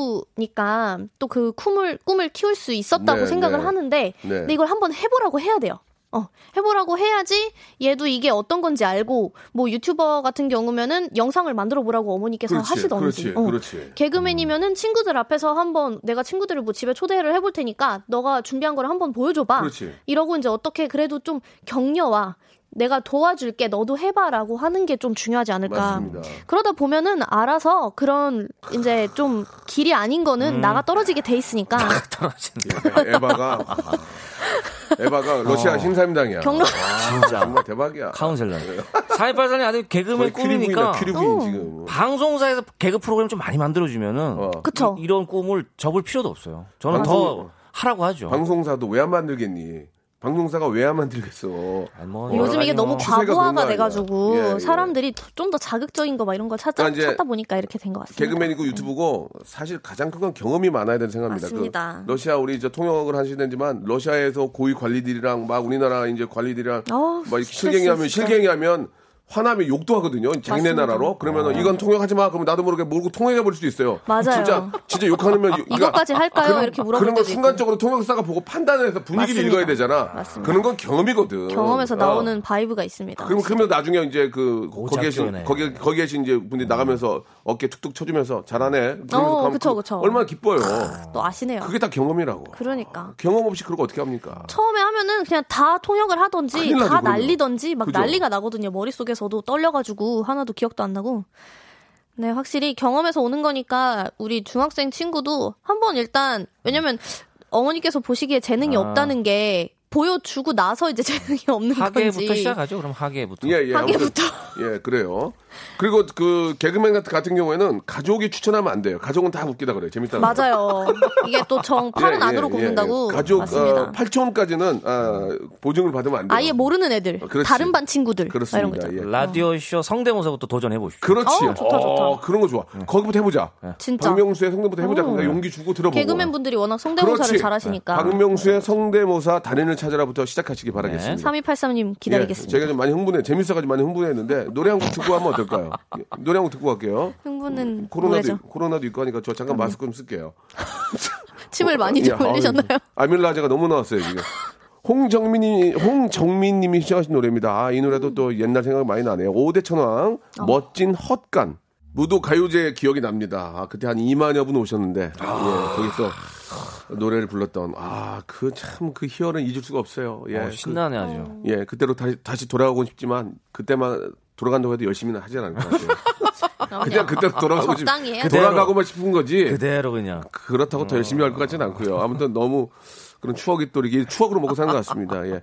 Speaker 7: 친구니까 또 그 꿈을 꿈을 키울 수 있었다고
Speaker 2: 네,
Speaker 7: 생각을
Speaker 2: 네.
Speaker 7: 하는데
Speaker 2: 네.
Speaker 7: 근데 이걸 한번 해보라고 해야 돼요. 어, 해보라고 해야지 얘도 이게 어떤 건지 알고 뭐 유튜버 같은 경우면은 영상을 만들어 보라고 어머니께서
Speaker 2: 그렇지,
Speaker 7: 하시던지
Speaker 2: 그렇지, 음.
Speaker 7: 어.
Speaker 2: 그렇지.
Speaker 7: 개그맨이면은 친구들 앞에서 한번 내가 친구들을 뭐 집에 초대를 해볼 테니까 너가 준비한 걸 한번 보여줘봐.
Speaker 2: 그렇지.
Speaker 7: 이러고 이제 어떻게 그래도 좀 격려와 내가 도와줄게 너도 해봐라고 하는 게 좀 중요하지 않을까.
Speaker 2: 맞습니다.
Speaker 7: 그러다 보면은 알아서 그런 이제 좀 길이 아닌
Speaker 2: 음.
Speaker 7: 거는 나가 떨어지게 돼 있으니까
Speaker 5: 떨어진다.
Speaker 2: 예, 에바가
Speaker 5: *laughs*
Speaker 2: 에바가 러시아
Speaker 5: 어.
Speaker 2: 심사임당이야.
Speaker 7: 경로-
Speaker 5: 아,
Speaker 2: 진짜 정말 대박이야.
Speaker 5: 카운셀러. 4284님 아들 개그맨
Speaker 2: 예. 거의
Speaker 5: 꿈이니까
Speaker 2: 큐리부인이다, 큐리부인
Speaker 7: 어.
Speaker 2: 지금.
Speaker 5: 방송사에서 개그 프로그램 좀 많이 만들어주면은
Speaker 2: 어.
Speaker 7: 그쵸.
Speaker 5: 이- 이런 꿈을 접을 필요도 없어요. 저는
Speaker 2: 방송-
Speaker 5: 더 하라고 하죠.
Speaker 2: 어. 방송사도 왜 안 만들겠니? 방송사가 왜 안 만들겠어?
Speaker 5: 아니, 뭐
Speaker 2: 어,
Speaker 7: 요즘 이게
Speaker 5: 아니, 뭐
Speaker 7: 너무
Speaker 2: 추세가 그런 거
Speaker 7: 과부하가
Speaker 2: 아니야.
Speaker 7: 돼가지고
Speaker 2: 예, 예.
Speaker 7: 사람들이 좀 더 자극적인 거 막 이런 걸 찾,
Speaker 2: 아, 이제
Speaker 7: 찾다 보니까 이렇게 된 것 같습니다.
Speaker 2: 개그맨이고 유튜브고 사실 가장 큰 건 경험이 많아야 된다는 생각합니다.
Speaker 7: 맞습니다.
Speaker 2: 그 러시아 우리 이제 통역을 하시는지만 러시아에서 고위 관리들이랑 막 우리나라 이제 관리들이랑
Speaker 7: 어우,
Speaker 2: 막 이렇게
Speaker 7: 스트레스
Speaker 2: 실갱이하면
Speaker 7: 진짜.
Speaker 2: 실갱이하면 화나면 욕도 하거든요. 자기네
Speaker 7: 맞습니다.
Speaker 2: 나라로 그러면 이건 통역하지 마. 그러면 나도 모르게 모르고 통역해 볼 수도 있어요.
Speaker 7: 맞아요. 아,
Speaker 2: 진짜 진짜 욕하면 그러니까 아,
Speaker 7: 이것까지 할까요? 이렇게 물어볼
Speaker 2: 그런 거
Speaker 7: 때도 있고.
Speaker 2: 순간적으로 통역사가 보고 판단해서 분위기를
Speaker 7: 맞습니다.
Speaker 2: 읽어야 되잖아.
Speaker 7: 맞습니다.
Speaker 2: 그런 건 경험이거든.
Speaker 7: 경험에서
Speaker 2: 어.
Speaker 7: 나오는 바이브가 있습니다.
Speaker 2: 그럼 그러면 나중에 이제 그 거기 계신
Speaker 5: 오작교네.
Speaker 2: 거기 거기 계신 이제 분들이 나가면서 어깨 툭툭 쳐주면서 잘하네. 그러면서
Speaker 7: 어,
Speaker 2: 가면
Speaker 7: 그쵸,
Speaker 2: 그-
Speaker 7: 그쵸.
Speaker 2: 얼마나 기뻐요.
Speaker 7: 또 아시네요.
Speaker 2: 그게 다 경험이라고.
Speaker 7: 그러니까.
Speaker 2: 경험 없이 그런 거 어떻게 합니까?
Speaker 7: 처음에 하면은 그냥 다 통역을 하던지
Speaker 2: 큰일 나죠,
Speaker 7: 다
Speaker 2: 그러면.
Speaker 7: 날리던지 막
Speaker 2: 그죠?
Speaker 7: 난리가 나거든요. 머릿속에서도 떨려가지고 하나도 기억도 안 나고. 네, 확실히 경험에서 오는 거니까 우리 중학생 친구도 한번 일단 왜냐면 어머니께서 보시기에 재능이
Speaker 5: 아.
Speaker 7: 없다는 게 보여주고 나서 이제 *laughs* 재능이 없는
Speaker 5: 하계부터
Speaker 7: 건지
Speaker 5: 시작하죠. 그럼 하계부터.
Speaker 2: 예, 예.
Speaker 7: 하계부터. *laughs*
Speaker 2: 아무튼- 예, 그래요. 그리고 그 개그맨 같은, 같은 경우에는 가족이 추천하면 안 돼요. 가족은 다 웃기다 그래요. 재밌다. 그래요.
Speaker 7: 맞아요. 이게 또 정 팔은
Speaker 2: 예, 예,
Speaker 7: 안으로
Speaker 2: 예,
Speaker 7: 굽는다고
Speaker 2: 예. 가족
Speaker 7: 맞습니다.
Speaker 2: 어, 8초원까지는 아, 보증을 받으면 안 돼요.
Speaker 7: 아예 뭐, 모르는 애들,
Speaker 2: 어, 그렇지.
Speaker 7: 다른 반 친구들 막 이런 거
Speaker 2: 그렇습니다.
Speaker 7: 있잖아.
Speaker 2: 예.
Speaker 5: 라디오 쇼 성대모사부터 도전해 보십시오.
Speaker 2: 그렇지.
Speaker 7: 어, 좋다, 좋다.
Speaker 2: 어, 그런 거 좋아. 거기부터 해보자.
Speaker 7: 진짜 음.
Speaker 2: 박명수의 성대부터 해보자. 그러니까 용기 주고 들어보고.
Speaker 7: 개그맨 분들이 워낙 성대모사를
Speaker 2: 그렇지. 예. 네.
Speaker 7: 잘하시니까.
Speaker 2: 박명수의 성대모사 단인을 찾아라부터 시작하시기 바라겠습니다.
Speaker 7: 3283님
Speaker 2: 네. 예,
Speaker 7: 네. 기다리겠습니다.
Speaker 2: 제가 좀 많이 흥분해 재밌어가지고 많이 흥분했는데 노래 한 곡 듣고 하면 어떨까요? *laughs* 예, 노래 한 곡 듣고 갈게요.
Speaker 7: 흥분은
Speaker 2: 음, 코로나도
Speaker 7: 노래죠.
Speaker 2: 코로나도 있고 하니까 저 잠깐 마스크 좀 쓸게요.
Speaker 7: 침을 많이 좀
Speaker 2: 야, 아유,
Speaker 7: 흘리셨나요?
Speaker 2: 아밀라제가 너무 나왔어요 지금. 홍정민이 홍정민님이 시청하신 노래입니다. 아, 이 노래도 또 옛날 생각 많이 나네요. 오대천왕
Speaker 7: 어.
Speaker 2: 멋진 헛간 무도 가요제 기억이 납니다. 아, 그때 한 2만여 분 오셨는데 예, 거기서 노래를 불렀던 아 그 참 그 희열은 잊을 수가 없어요. 예,
Speaker 5: 어, 신나네 아주.
Speaker 2: 그, 예 그때로 다시 다시 돌아가고 싶지만 그때만 돌아간다고 해도 열심히는 하진 않을 것
Speaker 7: *laughs*
Speaker 2: 같아요. 네. 그냥 그때 돌아가고 싶
Speaker 7: 어, 적당히 해야죠.
Speaker 2: 돌아가고만 싶은 거지.
Speaker 5: 그대로 그냥.
Speaker 2: 그렇다고 더 열심히 할 것 같지는 않고요. 아무튼 너무 그런 추억이 또 이게 추억으로 먹고 사는 것 같습니다. 예.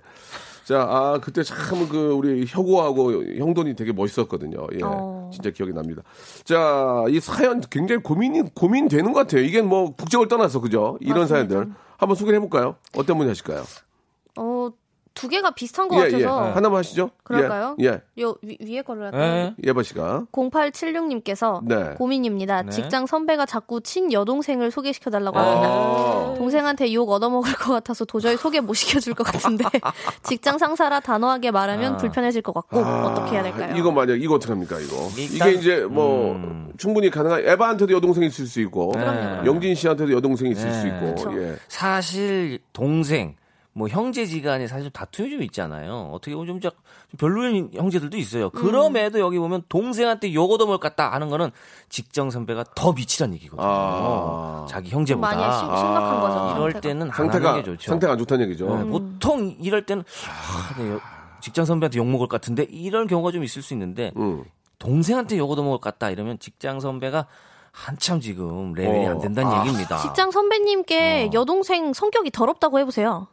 Speaker 2: 자, 아, 그때 참 그 우리 혁오하고 형돈이 되게 멋있었거든요. 예.
Speaker 7: 어.
Speaker 2: 진짜 기억이 납니다. 자, 이 사연 굉장히 고민이 고민되는 것 같아요. 이게 뭐 국적을 떠나서 그죠? 이런 사연들 한번 소개해 볼까요? 어떤 분이 하실까요?
Speaker 7: 어, 두 개가 비슷한 것
Speaker 2: 예, 예.
Speaker 7: 같아서
Speaker 2: 하나만 하시죠.
Speaker 7: 그럴까요?
Speaker 2: 예. 예.
Speaker 7: 요 위, 위에 걸로 할까요?
Speaker 5: 예.
Speaker 2: 예바 씨가
Speaker 7: 0876님께서
Speaker 2: 네.
Speaker 7: 고민입니다.
Speaker 5: 네.
Speaker 7: 직장 선배가 자꾸 친 여동생을 소개시켜 달라고 합니다.
Speaker 2: 아.
Speaker 7: 동생한테 욕 얻어먹을 것 같아서 도저히 소개 못 시켜줄
Speaker 2: *laughs*
Speaker 7: 것 같은데 직장 상사라 단호하게 말하면
Speaker 5: 아.
Speaker 7: 불편해질 것 같고 어떻게 해야 될까요?
Speaker 2: 아, 이거 만약 이거 어떻게 합니까 이거?
Speaker 5: 일단-
Speaker 2: 이게 이제 뭐
Speaker 5: 음.
Speaker 2: 충분히 가능한 에바한테도 여동생이 있을 수 있고
Speaker 7: 네.
Speaker 5: 그럼요.
Speaker 2: 영진 씨한테도 여동생이 있을
Speaker 5: 네.
Speaker 2: 수 있고
Speaker 7: 그쵸.
Speaker 2: 예.
Speaker 5: 사실 동생 뭐 형제지간에 사실 다툼이 좀 있잖아요. 어떻게 보면 좀, 저- 좀 별로인 형제들도
Speaker 7: 음.
Speaker 5: 있어요. 그럼에도 여기 보면 동생한테 욕 얻어먹을 것 같다 하는 거는 직장 선배가 더 미치란 얘기거든요.
Speaker 2: 아.
Speaker 5: 자기
Speaker 7: 좀
Speaker 5: 형제보다.
Speaker 7: 많이 심- 심각한 거죠.
Speaker 2: 아,
Speaker 5: 이럴
Speaker 7: 상태가. 음.
Speaker 5: 때는 안 하는
Speaker 2: 상태가
Speaker 5: 게 좋죠.
Speaker 2: 상태가 안 좋다는 얘기죠.
Speaker 5: 네, 보통 이럴 때는 아, 내 여- 직장 선배한테 욕 먹을 것 같은데 이런 경우가 좀 있을 수 있는데
Speaker 2: 음.
Speaker 5: 동생한테 욕 얻어먹을 것 같다 이러면 직장 선배가 한참 지금 레벨이
Speaker 2: 어.
Speaker 5: 안 된다는
Speaker 2: 아.
Speaker 5: 얘기입니다.
Speaker 7: 직장 선배님께
Speaker 5: 어.
Speaker 7: 여동생 성격이 더럽다고 해보세요.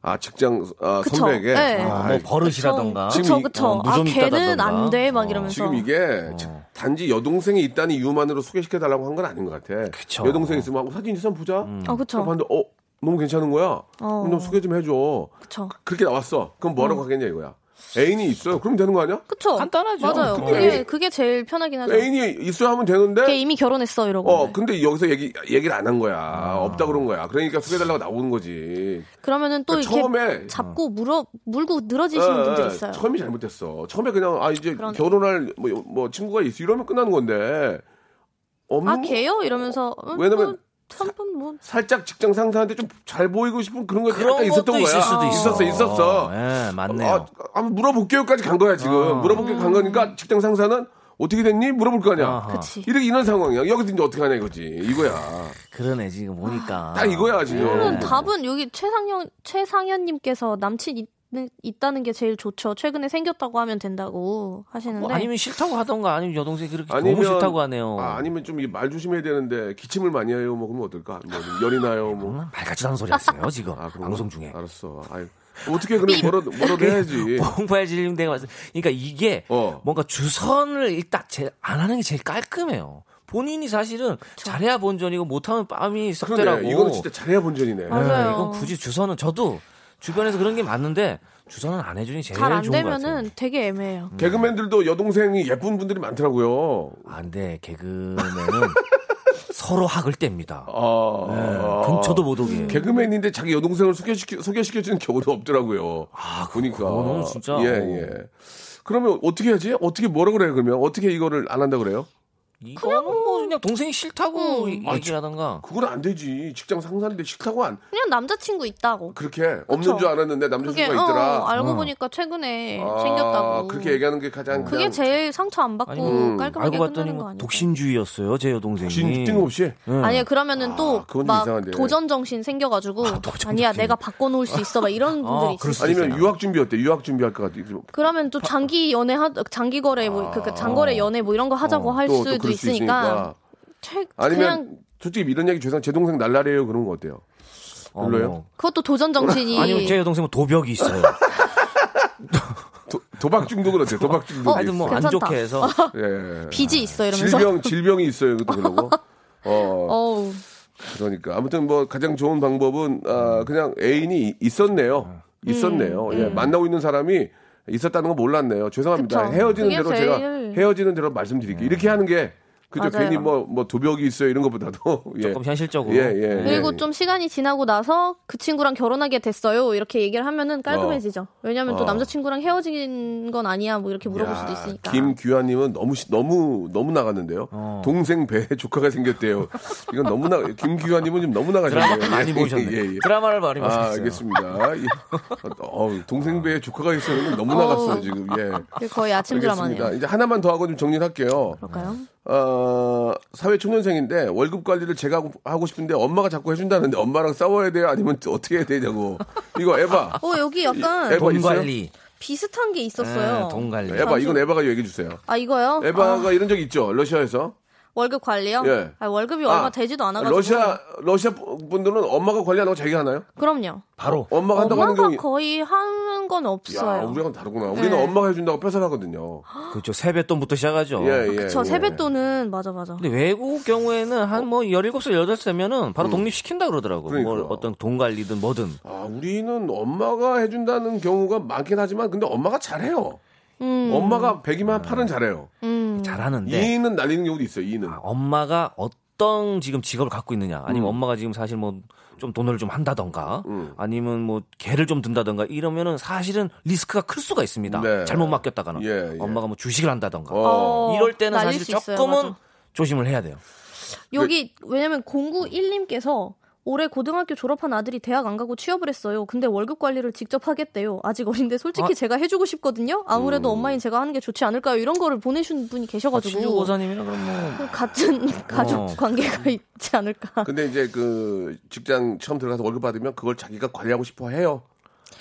Speaker 2: 아 직장 아,
Speaker 7: 그쵸.
Speaker 2: 선배에게
Speaker 7: 네.
Speaker 2: 아,
Speaker 5: 뭐 버릇이라던가
Speaker 7: 그쵸 그쵸.
Speaker 5: 어,
Speaker 7: 아
Speaker 5: 무좀이
Speaker 7: 걔는
Speaker 5: 있다던가.
Speaker 7: 안 돼 막
Speaker 5: 어.
Speaker 7: 이러면서.
Speaker 2: 지금 이게 단지 여동생이 있다는 이유만으로 소개시켜 달라고 한 건 아닌 것 같아.
Speaker 5: 그쵸.
Speaker 2: 여동생 있으면 어, 사진 있으면 보자.
Speaker 7: 아 그쵸. 어.
Speaker 2: 딱 봤는데 어 너무 괜찮은 거야. 그럼 좀 소개 좀 해줘.
Speaker 7: 그쵸.
Speaker 2: 그렇게 나왔어. 그럼
Speaker 7: 음.
Speaker 2: 뭐라고 하겠냐 이거야. 애인이 있어요. 그럼 되는 거 아니야?
Speaker 7: 그쵸.
Speaker 5: 간단하죠.
Speaker 7: 맞아요.
Speaker 5: 근데
Speaker 7: 그게
Speaker 2: 애인-
Speaker 7: 그게 제일 편하긴 하죠.
Speaker 2: 애인이 있어야 하면
Speaker 7: 걔
Speaker 2: 되는데.
Speaker 7: 이미 결혼했어 이러고.
Speaker 5: 네.
Speaker 2: 어
Speaker 5: 그-
Speaker 2: 근데 여기서 얘기 얘기를 안 한 거야.
Speaker 5: 아.
Speaker 2: 없다 그런 거야. 그러니까 소개달라고 나오는 거지.
Speaker 7: 그러면은 또
Speaker 2: 그러니까
Speaker 7: 이렇게
Speaker 2: 처음에
Speaker 7: 잡고 물어 물고 늘어지시는
Speaker 2: 예,
Speaker 7: 분들
Speaker 2: 예,
Speaker 7: 있어요.
Speaker 2: 처음이 잘못됐어. 처음에 그냥 아 이제
Speaker 7: 그러네.
Speaker 2: 결혼할 뭐, 뭐 친구가 있어 이러면 끝나는 건데. 없는
Speaker 7: 아
Speaker 2: 거-
Speaker 7: 걔요 이러면서 응,
Speaker 2: 왜냐면
Speaker 7: 뭐, 한번 뭐
Speaker 2: 살짝 직장 상사한테 좀 잘 보이고 싶은 그런 거
Speaker 5: 그런
Speaker 2: 약간 있었던
Speaker 5: 것도
Speaker 2: 거야. 아,
Speaker 5: 있을 수도 있어.
Speaker 2: 있었어, 있었어.
Speaker 5: 예, 맞네요. 아.
Speaker 2: 아, 한번 물어볼게요까지 간 거야 지금. 물어볼게요 간 거니까 직장 상사는 어떻게 됐니? 물어볼 거 아니야.
Speaker 5: 음. 아하. 네.
Speaker 7: 그치.
Speaker 2: 이렇게 이런 상황이야. 여기서 이제 어떻게 하냐 이거지. 이거야.
Speaker 5: 그러네 지금 보니까.
Speaker 2: 아, 딱 이거야 지금.
Speaker 7: 저는 답은 여기 최상현 최상현님께서 남친 있는, 있다는 게 제일 좋죠. 최근에 생겼다고 하면 된다고 하시는데
Speaker 5: 뭐 아니면 싫다고 하던가 아니면 여동생 그렇게
Speaker 2: 아니면-
Speaker 5: 너무 싫다고 하네요.
Speaker 2: 아, 니면 좀 말 조심해야 되는데 기침을 많이 해요. 뭐 그러면 어떨까? 뭐 열이 나요. 뭐.
Speaker 5: 말 같지도 않은 음, 소리 하세요 지금
Speaker 2: *laughs* 아, 그런 거?
Speaker 5: 방송 중에.
Speaker 2: 알았어. 아유. 어떻게 그래 뭐라도 뭐라도 해야지.
Speaker 5: 공팔질님 내가 봤을 때 그러니까 이게
Speaker 2: 예. 어.
Speaker 5: 뭔가 주선을 일단 제, 안 하는 게 제일 깔끔해요. 본인이 사실은 잘해야 본전이고 못하면 빰이 썩더라고. 예,
Speaker 2: 그러네. 이거는 진짜 잘해야 본전이네.
Speaker 7: 아, 맞아요.
Speaker 5: 이건 굳이 주선은 저도 주변에서 그런 게 맞는데 주선은 안 해주니 제일
Speaker 7: 잘 안
Speaker 5: 좋은 것 같아요. 음.
Speaker 7: 되면은 되게 애매해요.
Speaker 2: 개그맨들도 여동생이 예쁜 분들이 많더라고요.
Speaker 5: 안 돼. 아,
Speaker 2: *laughs*
Speaker 5: 개그맨은 서로 학을 뗍니다.
Speaker 2: 아,
Speaker 5: 네, 근처도 못 오게.
Speaker 2: 개그맨인데 자기 여동생을 소개시켜 소개시켜주는 경우도 없더라고요. 아, 보니까
Speaker 5: 그거는 진짜- 뭐.
Speaker 2: 예 예. 그러면 어떻게 하지? 어떻게 뭐라 그래요? 그러면 어떻게 이거를 안 한다 그래요?
Speaker 5: 이건 뭐 그냥 동생이 싫다고
Speaker 7: 음. 아,
Speaker 5: 얘기하던가.
Speaker 2: 그건 안 되지. 직장 상사인데 싫다고 안
Speaker 7: 그냥 남자친구 있다고.
Speaker 2: 그렇게 없는 줄 알았는데
Speaker 7: 그게
Speaker 2: 남자친구가
Speaker 7: 어,
Speaker 2: 있더라.
Speaker 7: 알고
Speaker 5: 어.
Speaker 7: 보니까 최근에
Speaker 2: 아,
Speaker 7: 생겼다고. 음.
Speaker 2: 그렇게 얘기하는 게 가장
Speaker 7: 그게 제일 상처 안 받고
Speaker 5: 아니, 음,
Speaker 7: 깔끔하게
Speaker 5: 알고 봤더니
Speaker 7: 끝나는 거
Speaker 5: 뭐
Speaker 7: 아니에요?
Speaker 5: 독신주의였어요 제 여동생이. 어,
Speaker 2: 진 뜬금없이
Speaker 7: 아니 그러면은
Speaker 2: 아, 그건 좀
Speaker 7: 또 막
Speaker 2: 이상한데.
Speaker 7: 도전
Speaker 5: *laughs*
Speaker 7: 정신 생겨가지고 아,
Speaker 5: 도전
Speaker 7: 니야
Speaker 5: 정신.
Speaker 7: 내가 바꿔놓을 수 있어 막
Speaker 5: *laughs*
Speaker 7: 이런
Speaker 5: 아,
Speaker 7: 분들이
Speaker 5: 그럴
Speaker 7: 있어.
Speaker 5: 수
Speaker 2: 아니면
Speaker 5: 있잖아.
Speaker 2: 유학 준비 어때? 유학 준비할 것 같아. 좀
Speaker 7: 그러면 또 장기 연애 하 장기 거래 뭐 그러니까 장거래 연애 뭐 이런 거 하자고
Speaker 2: 아.
Speaker 7: 할
Speaker 2: 어, 또,
Speaker 7: 수도
Speaker 2: 또 그럴 수
Speaker 7: 있으니까.
Speaker 2: 있으니까.
Speaker 7: 최,
Speaker 2: 아니면
Speaker 7: 그냥
Speaker 2: 솔직히 이런 얘기 죄송 제 동생 날라리에요 그런 거 어때요? 별로예요?
Speaker 5: 어머.
Speaker 7: 그것도 도전 정신이
Speaker 5: 뭐. 아니면 제 여동생은 도벽이 있어요.
Speaker 2: 도, 도박 중독은 어때요? 도박 중독이
Speaker 5: 하여튼 뭐 안
Speaker 7: 괜찮다. 어.
Speaker 5: 좋게 해서
Speaker 2: 예.
Speaker 7: 빚이 있어 이러면서.
Speaker 2: 질병 질병이 있어요. 그것도 그러고. 어,
Speaker 7: *laughs* 어우
Speaker 2: 그러니까 아무튼 뭐 가장 좋은 방법은 아, 그냥 애인이
Speaker 5: 음.
Speaker 2: 있었네요. 있었네요. 예, 만나고 있는 사람이 있었다는 거 몰랐네요. 죄송합니다.
Speaker 7: 그쵸.
Speaker 2: 헤어지는
Speaker 7: 그게
Speaker 2: 대로
Speaker 7: 제일-
Speaker 2: 제가 헤어지는 대로
Speaker 5: 음.
Speaker 2: 말씀드릴게요. 이렇게 하는 게 그죠?
Speaker 7: 맞아요.
Speaker 2: 괜히 뭐 뭐 도벽이 있어요 이런 것보다도 *laughs* 예.
Speaker 5: 조금 현실적으로. 네.
Speaker 2: 예, 예, 예.
Speaker 8: 네.
Speaker 7: 그리고 좀 시간이 지나고 나서 그 친구랑 결혼하게 됐어요 이렇게 얘기를 하면은 깔끔해지죠. 왜냐하면 또 남자친구랑 헤어진 건 아니야 뭐 이렇게 물어볼 수도 있으니까.
Speaker 2: 김규환님은 너무 시- 너무 너무 나갔는데요.
Speaker 5: 어.
Speaker 2: 동생 배에 *laughs* 조카가 생겼대요. 이건 너무 나 김규환님은 지금 너무 나가셨네요.
Speaker 5: 드라마 많이
Speaker 2: 예,
Speaker 5: 보셨네.
Speaker 2: 예, 예.
Speaker 5: 드라마를 많이 보셨어요.
Speaker 2: 아, 알겠습니다. 예. 어, 동생 배에 조카가 있었는데 너무
Speaker 7: 어우.
Speaker 2: 나갔어요 지금. 예.
Speaker 7: 거의 아침
Speaker 2: 알겠습니다.
Speaker 7: 드라마네요.
Speaker 2: 이제 하나만 더 하고 좀 정리할게요.
Speaker 7: 그럴까요?
Speaker 2: 어, 사회 초년생인데 월급 관리를 제가 하고- 하고 싶은데 엄마가 자꾸 해준다는데 엄마랑 싸워야 돼요? 아니면 또 어떻게 해야 되냐고. 이거
Speaker 7: *laughs*
Speaker 2: 에바.
Speaker 7: 어 여기 약간
Speaker 2: 에바
Speaker 5: 돈
Speaker 2: 있어요?
Speaker 5: 관리.
Speaker 7: 비슷한 게 있었어요.
Speaker 5: 예, 돈 관리.
Speaker 2: 에바 이건 에바가 얘기해 주세요.
Speaker 7: 아 이거요?
Speaker 2: 에바가 이런 적 있죠? 러시아에서.
Speaker 7: 월급 관리요?
Speaker 8: 예.
Speaker 7: 아, 월급이
Speaker 8: 아,
Speaker 7: 얼마 되지도 않아가지고.
Speaker 8: 러시아 러시아 분들은 엄마가 관리하는 거 자기가 하나요?
Speaker 7: 그럼요.
Speaker 5: 바로.
Speaker 8: 엄마가 한다고 하는
Speaker 7: 엄마가
Speaker 8: 경우
Speaker 7: 거의 하는 건
Speaker 8: 야,
Speaker 7: 없어요.
Speaker 8: 우리랑은 다르구나. 우리는
Speaker 7: 네. 아,
Speaker 8: 엄마가 해준다고 뺏어가거든요.
Speaker 5: 그렇죠. 세뱃돈부터 시작하죠.
Speaker 8: 예, 예.
Speaker 7: 그쵸
Speaker 8: 예.
Speaker 7: 세뱃돈은 맞아 맞아.
Speaker 5: 근데 외국 경우에는 한 뭐 17살, 18살면은 바로 독립시킨다 그러더라고요.
Speaker 8: 음. 그러니까.
Speaker 5: 뭘 어떤 돈 관리든 뭐든.
Speaker 8: 아, 우리는 엄마가 해준다는 경우가 많긴 하지만, 근데 엄마가 잘해요.
Speaker 7: 음.
Speaker 8: 엄마가 100이면 8은 잘해요.
Speaker 7: 음.
Speaker 5: 잘하는데
Speaker 8: 2는 날리는 경우도 있어요, 2는.
Speaker 5: 아, 엄마가 어떤 지금 직업을 갖고 있느냐 아니면
Speaker 8: 음.
Speaker 5: 엄마가 지금 사실 뭐 좀 돈을 좀 한다던가 아니면 뭐 개를 좀 든다던가 이러면은 사실은 리스크가 클 수가 있습니다.
Speaker 8: 네.
Speaker 5: 잘못 맡겼다거나
Speaker 8: 예, 예.
Speaker 5: 엄마가 뭐 주식을 한다던가
Speaker 8: 어.
Speaker 7: 어,
Speaker 5: 이럴 때는
Speaker 7: 날릴
Speaker 5: 사실
Speaker 7: 수 있어요,
Speaker 5: 조금은
Speaker 7: 맞아.
Speaker 5: 조심을 해야 돼요.
Speaker 7: 여기 왜냐면 0911님께서 올해 고등학교 졸업한 아들이 대학 안 가고 취업을 했어요. 근데 월급 관리를 직접 하겠대요. 아직 어린데 솔직히
Speaker 5: 아.
Speaker 7: 제가 해주고 싶거든요. 아무래도
Speaker 8: 음.
Speaker 7: 엄마인 제가 하는 게 좋지 않을까요? 이런 거를 보내준 분이
Speaker 8: 아,
Speaker 7: 계셔가지고
Speaker 5: 7654님이랑 그럼 뭐
Speaker 7: 같은
Speaker 8: 어.
Speaker 7: 가족 관계가
Speaker 8: 음.
Speaker 7: 있지 않을까.
Speaker 8: 근데 이제 그 직장 처음 들어가서 월급 받으면 그걸 자기가 관리하고 싶어 해요.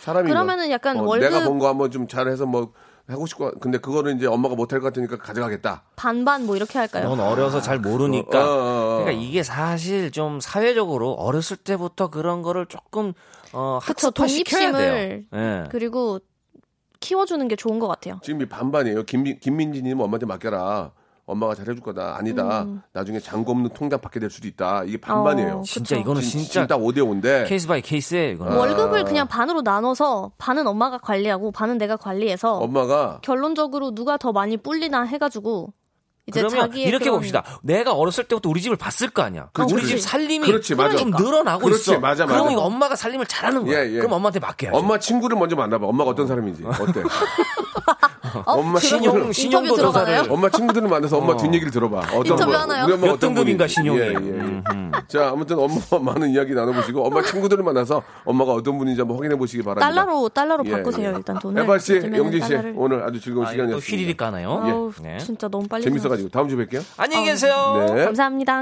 Speaker 8: 사람이.
Speaker 7: 그러면은 약간
Speaker 8: 어,
Speaker 7: 월급
Speaker 8: 내가 번 거 한번 좀 잘해서 뭐 하고 싶고, 근데 그거는 이제 엄마가 못할 것 같으니까 가져가겠다.
Speaker 7: 반반 뭐 이렇게 할까요?
Speaker 5: 넌 어려서 잘 모르니까.
Speaker 8: 어, 어, 어.
Speaker 5: 그러니까 이게 사실 좀 사회적으로 어렸을 때부터 그런 거를 조금 어
Speaker 7: 그쵸,
Speaker 5: 학습화 시켜야 돼요.
Speaker 7: 독립심을
Speaker 5: 예.
Speaker 8: 어.
Speaker 7: 그리고 키워주는 게 좋은 것 같아요.
Speaker 8: 지금 이 반반이에요. 김민, 김민지님 엄마한테 맡겨라. 엄마가 잘해줄 거다. 아니다. 나중에 잔고 없는 통장 받게 될 수도 있다. 이게 반반이에요.
Speaker 7: 음. 어,
Speaker 5: 진짜
Speaker 7: 그쵸.
Speaker 5: 이거는
Speaker 8: 진-
Speaker 5: 진짜,
Speaker 8: 진짜 5대5인데.
Speaker 5: 케이스 바이 케이스에
Speaker 8: 아.
Speaker 5: 이거는
Speaker 7: 월급을 그냥 반으로 나눠서 반은 엄마가 관리하고 반은 내가 관리해서
Speaker 8: 엄마가
Speaker 7: 결론적으로 누가 더 많이 뿔리나 해가지고 이제
Speaker 5: 그러면
Speaker 7: 자기의
Speaker 5: 이렇게
Speaker 7: 그런-
Speaker 5: 봅시다. 내가 어렸을 때부터 우리 집을 봤을 거 아니야.
Speaker 8: 그렇지,
Speaker 5: 우리 집
Speaker 8: 그렇지.
Speaker 5: 살림이
Speaker 8: 그렇지, 맞아.
Speaker 5: 좀
Speaker 8: 그러니까.
Speaker 5: 늘어나고
Speaker 8: 그렇지,
Speaker 5: 있어.
Speaker 8: 맞아, 맞아.
Speaker 5: 그럼 이거 엄마가 살림을 잘하는 거야.
Speaker 8: 예, 예.
Speaker 5: 그럼 엄마한테 맡겨야지.
Speaker 8: 엄마 친구를 먼저 만나봐. 엄마가 어떤 사람인지. 어때?
Speaker 7: 어?
Speaker 8: 엄마
Speaker 7: 그럼
Speaker 8: 신용-
Speaker 7: 인터뷰
Speaker 5: 신용도
Speaker 7: 들어가나요?
Speaker 5: 조사를.
Speaker 8: 네. 엄마 친구들을 만나서 엄마 뒷얘기를 들어봐. 어떤
Speaker 7: 인터뷰
Speaker 8: 분-
Speaker 7: 하나요?
Speaker 8: 우리 엄마가
Speaker 5: 몇
Speaker 8: 어떤
Speaker 5: 등급인가
Speaker 8: 분인지.
Speaker 5: 신용이. 음,
Speaker 8: 예, 예. 자, 아무튼 엄마와 *laughs* 많은 이야기 나눠보시고 엄마 친구들을 만나서 엄마가 어떤 분인지 한번 확인해 보시기 바랍니다.
Speaker 7: 달러로 달러로
Speaker 8: 예,
Speaker 7: 바꾸세요
Speaker 8: 예.
Speaker 7: 일단 돈을.
Speaker 8: 에발 씨,
Speaker 7: 요즘에는
Speaker 8: 영진 씨
Speaker 7: 달러를-
Speaker 8: 오늘 아주 즐거운
Speaker 5: 아, 이거 또
Speaker 8: 시간이었습니다.
Speaker 5: 휘리릭 가나요?
Speaker 7: 아우, 아,
Speaker 5: 네.
Speaker 7: 진짜 너무 빨리
Speaker 8: 재밌어가지고 다음 주에 뵐게요.
Speaker 5: 안녕히 계세요.
Speaker 8: 예. 네.
Speaker 7: 지나갔어요. 감사합니다.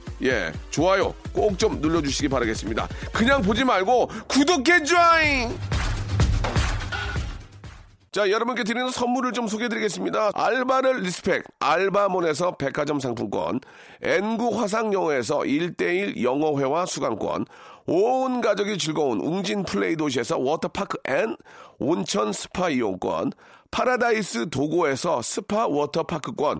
Speaker 2: 예, 좋아요 꼭 좀 눌러주시기 바라겠습니다. 그냥 보지 말고 구독해 줘잉! 자, 여러분께 드리는 선물을 좀 소개해드리겠습니다. 알바를 리스펙, 알바몬에서 백화점 상품권, N구 화상영어에서 1대1 영어회화 수강권, 온 가족이 즐거운 웅진 플레이 도시에서 워터파크 앤 온천 스파 이용권, 파라다이스 도고에서 스파 워터파크권,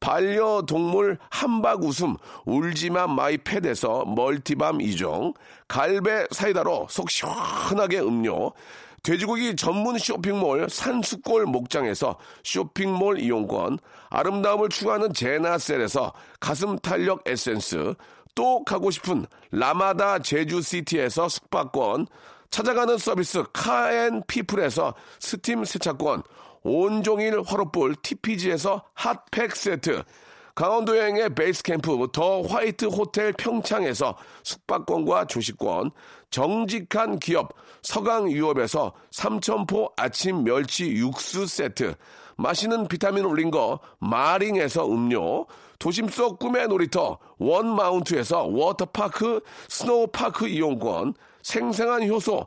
Speaker 2: 반려동물 함박 웃음 울지마 마이 팻에서 멀티밤 이종 갈배 사이다로 속 시원하게 음료, 돼지고기 전문 쇼핑몰 산수골 목장에서 쇼핑몰 이용권, 아름다움을 추구하는 제나셀에서 가슴 탄력 에센스, 또 가고 싶은 라마다 제주시티에서 숙박권, 찾아가는 서비스 카앤피플에서 스팀 세차권, 온종일 화로불 TPG에서 핫팩 세트, 강원도 여행의 베이스 캠프 더 화이트 호텔 평창에서 숙박권과 조식권, 정직한 기업 서강유업에서 삼천포 아침 멸치 육수 세트, 마시는 비타민 올린 거 마링에서 음료, 도심 속 꿈의 놀이터 원마운트에서 워터파크 스노우파크 이용권, 생생한 효소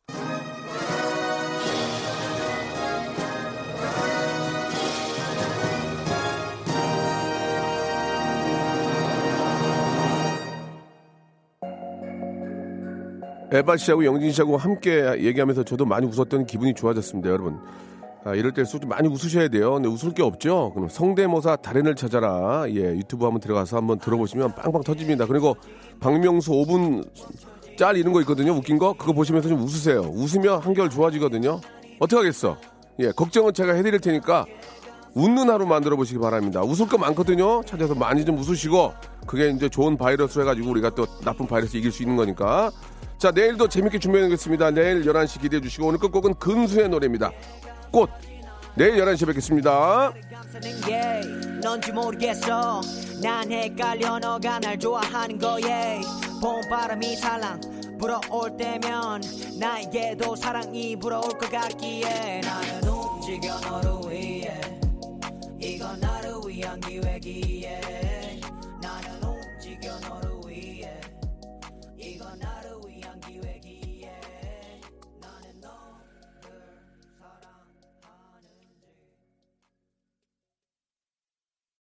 Speaker 2: 에바 씨하고 영진 씨하고 함께 얘기하면서 저도 많이 웃었던 기분이 좋아졌습니다, 여러분. 아, 이럴 때 솔직히 많이 웃으셔야 돼요. 근데 웃을 게 없죠. 그럼 성대모사 달인을 찾아라. 예, 유튜브 한번 들어가서 한번 들어보시면 빵빵 터집니다. 그리고 박명수 5분 짤 이런 거 있거든요. 웃긴 거 그거 보시면서 좀 웃으세요. 웃으면 한결 좋아지거든요. 어떻게 하겠어? 예, 걱정은 제가 해드릴 테니까 웃는 하루 만들어 보시기 바랍니다. 웃을 거 많거든요. 찾아서 많이 좀 웃으시고 그게 이제 좋은 바이러스 해가지고 우리가 또 나쁜 바이러스 이길 수 있는 거니까. 자 내일도 재밌게 준비해놓겠습니다. 내일 11시 기대해 주시고 오늘 끝곡은 근수의 노래입니다. 꽃. 내일 11시에 뵙겠습니다.
Speaker 3: 감싸는 게 뭔지 모르겠어 난 헷갈려 너가 날 좋아하는 거에 봄바람이 살랑 불어올 때면 나에게도 사랑이 불어올 것 같기에 나는 움직여 너로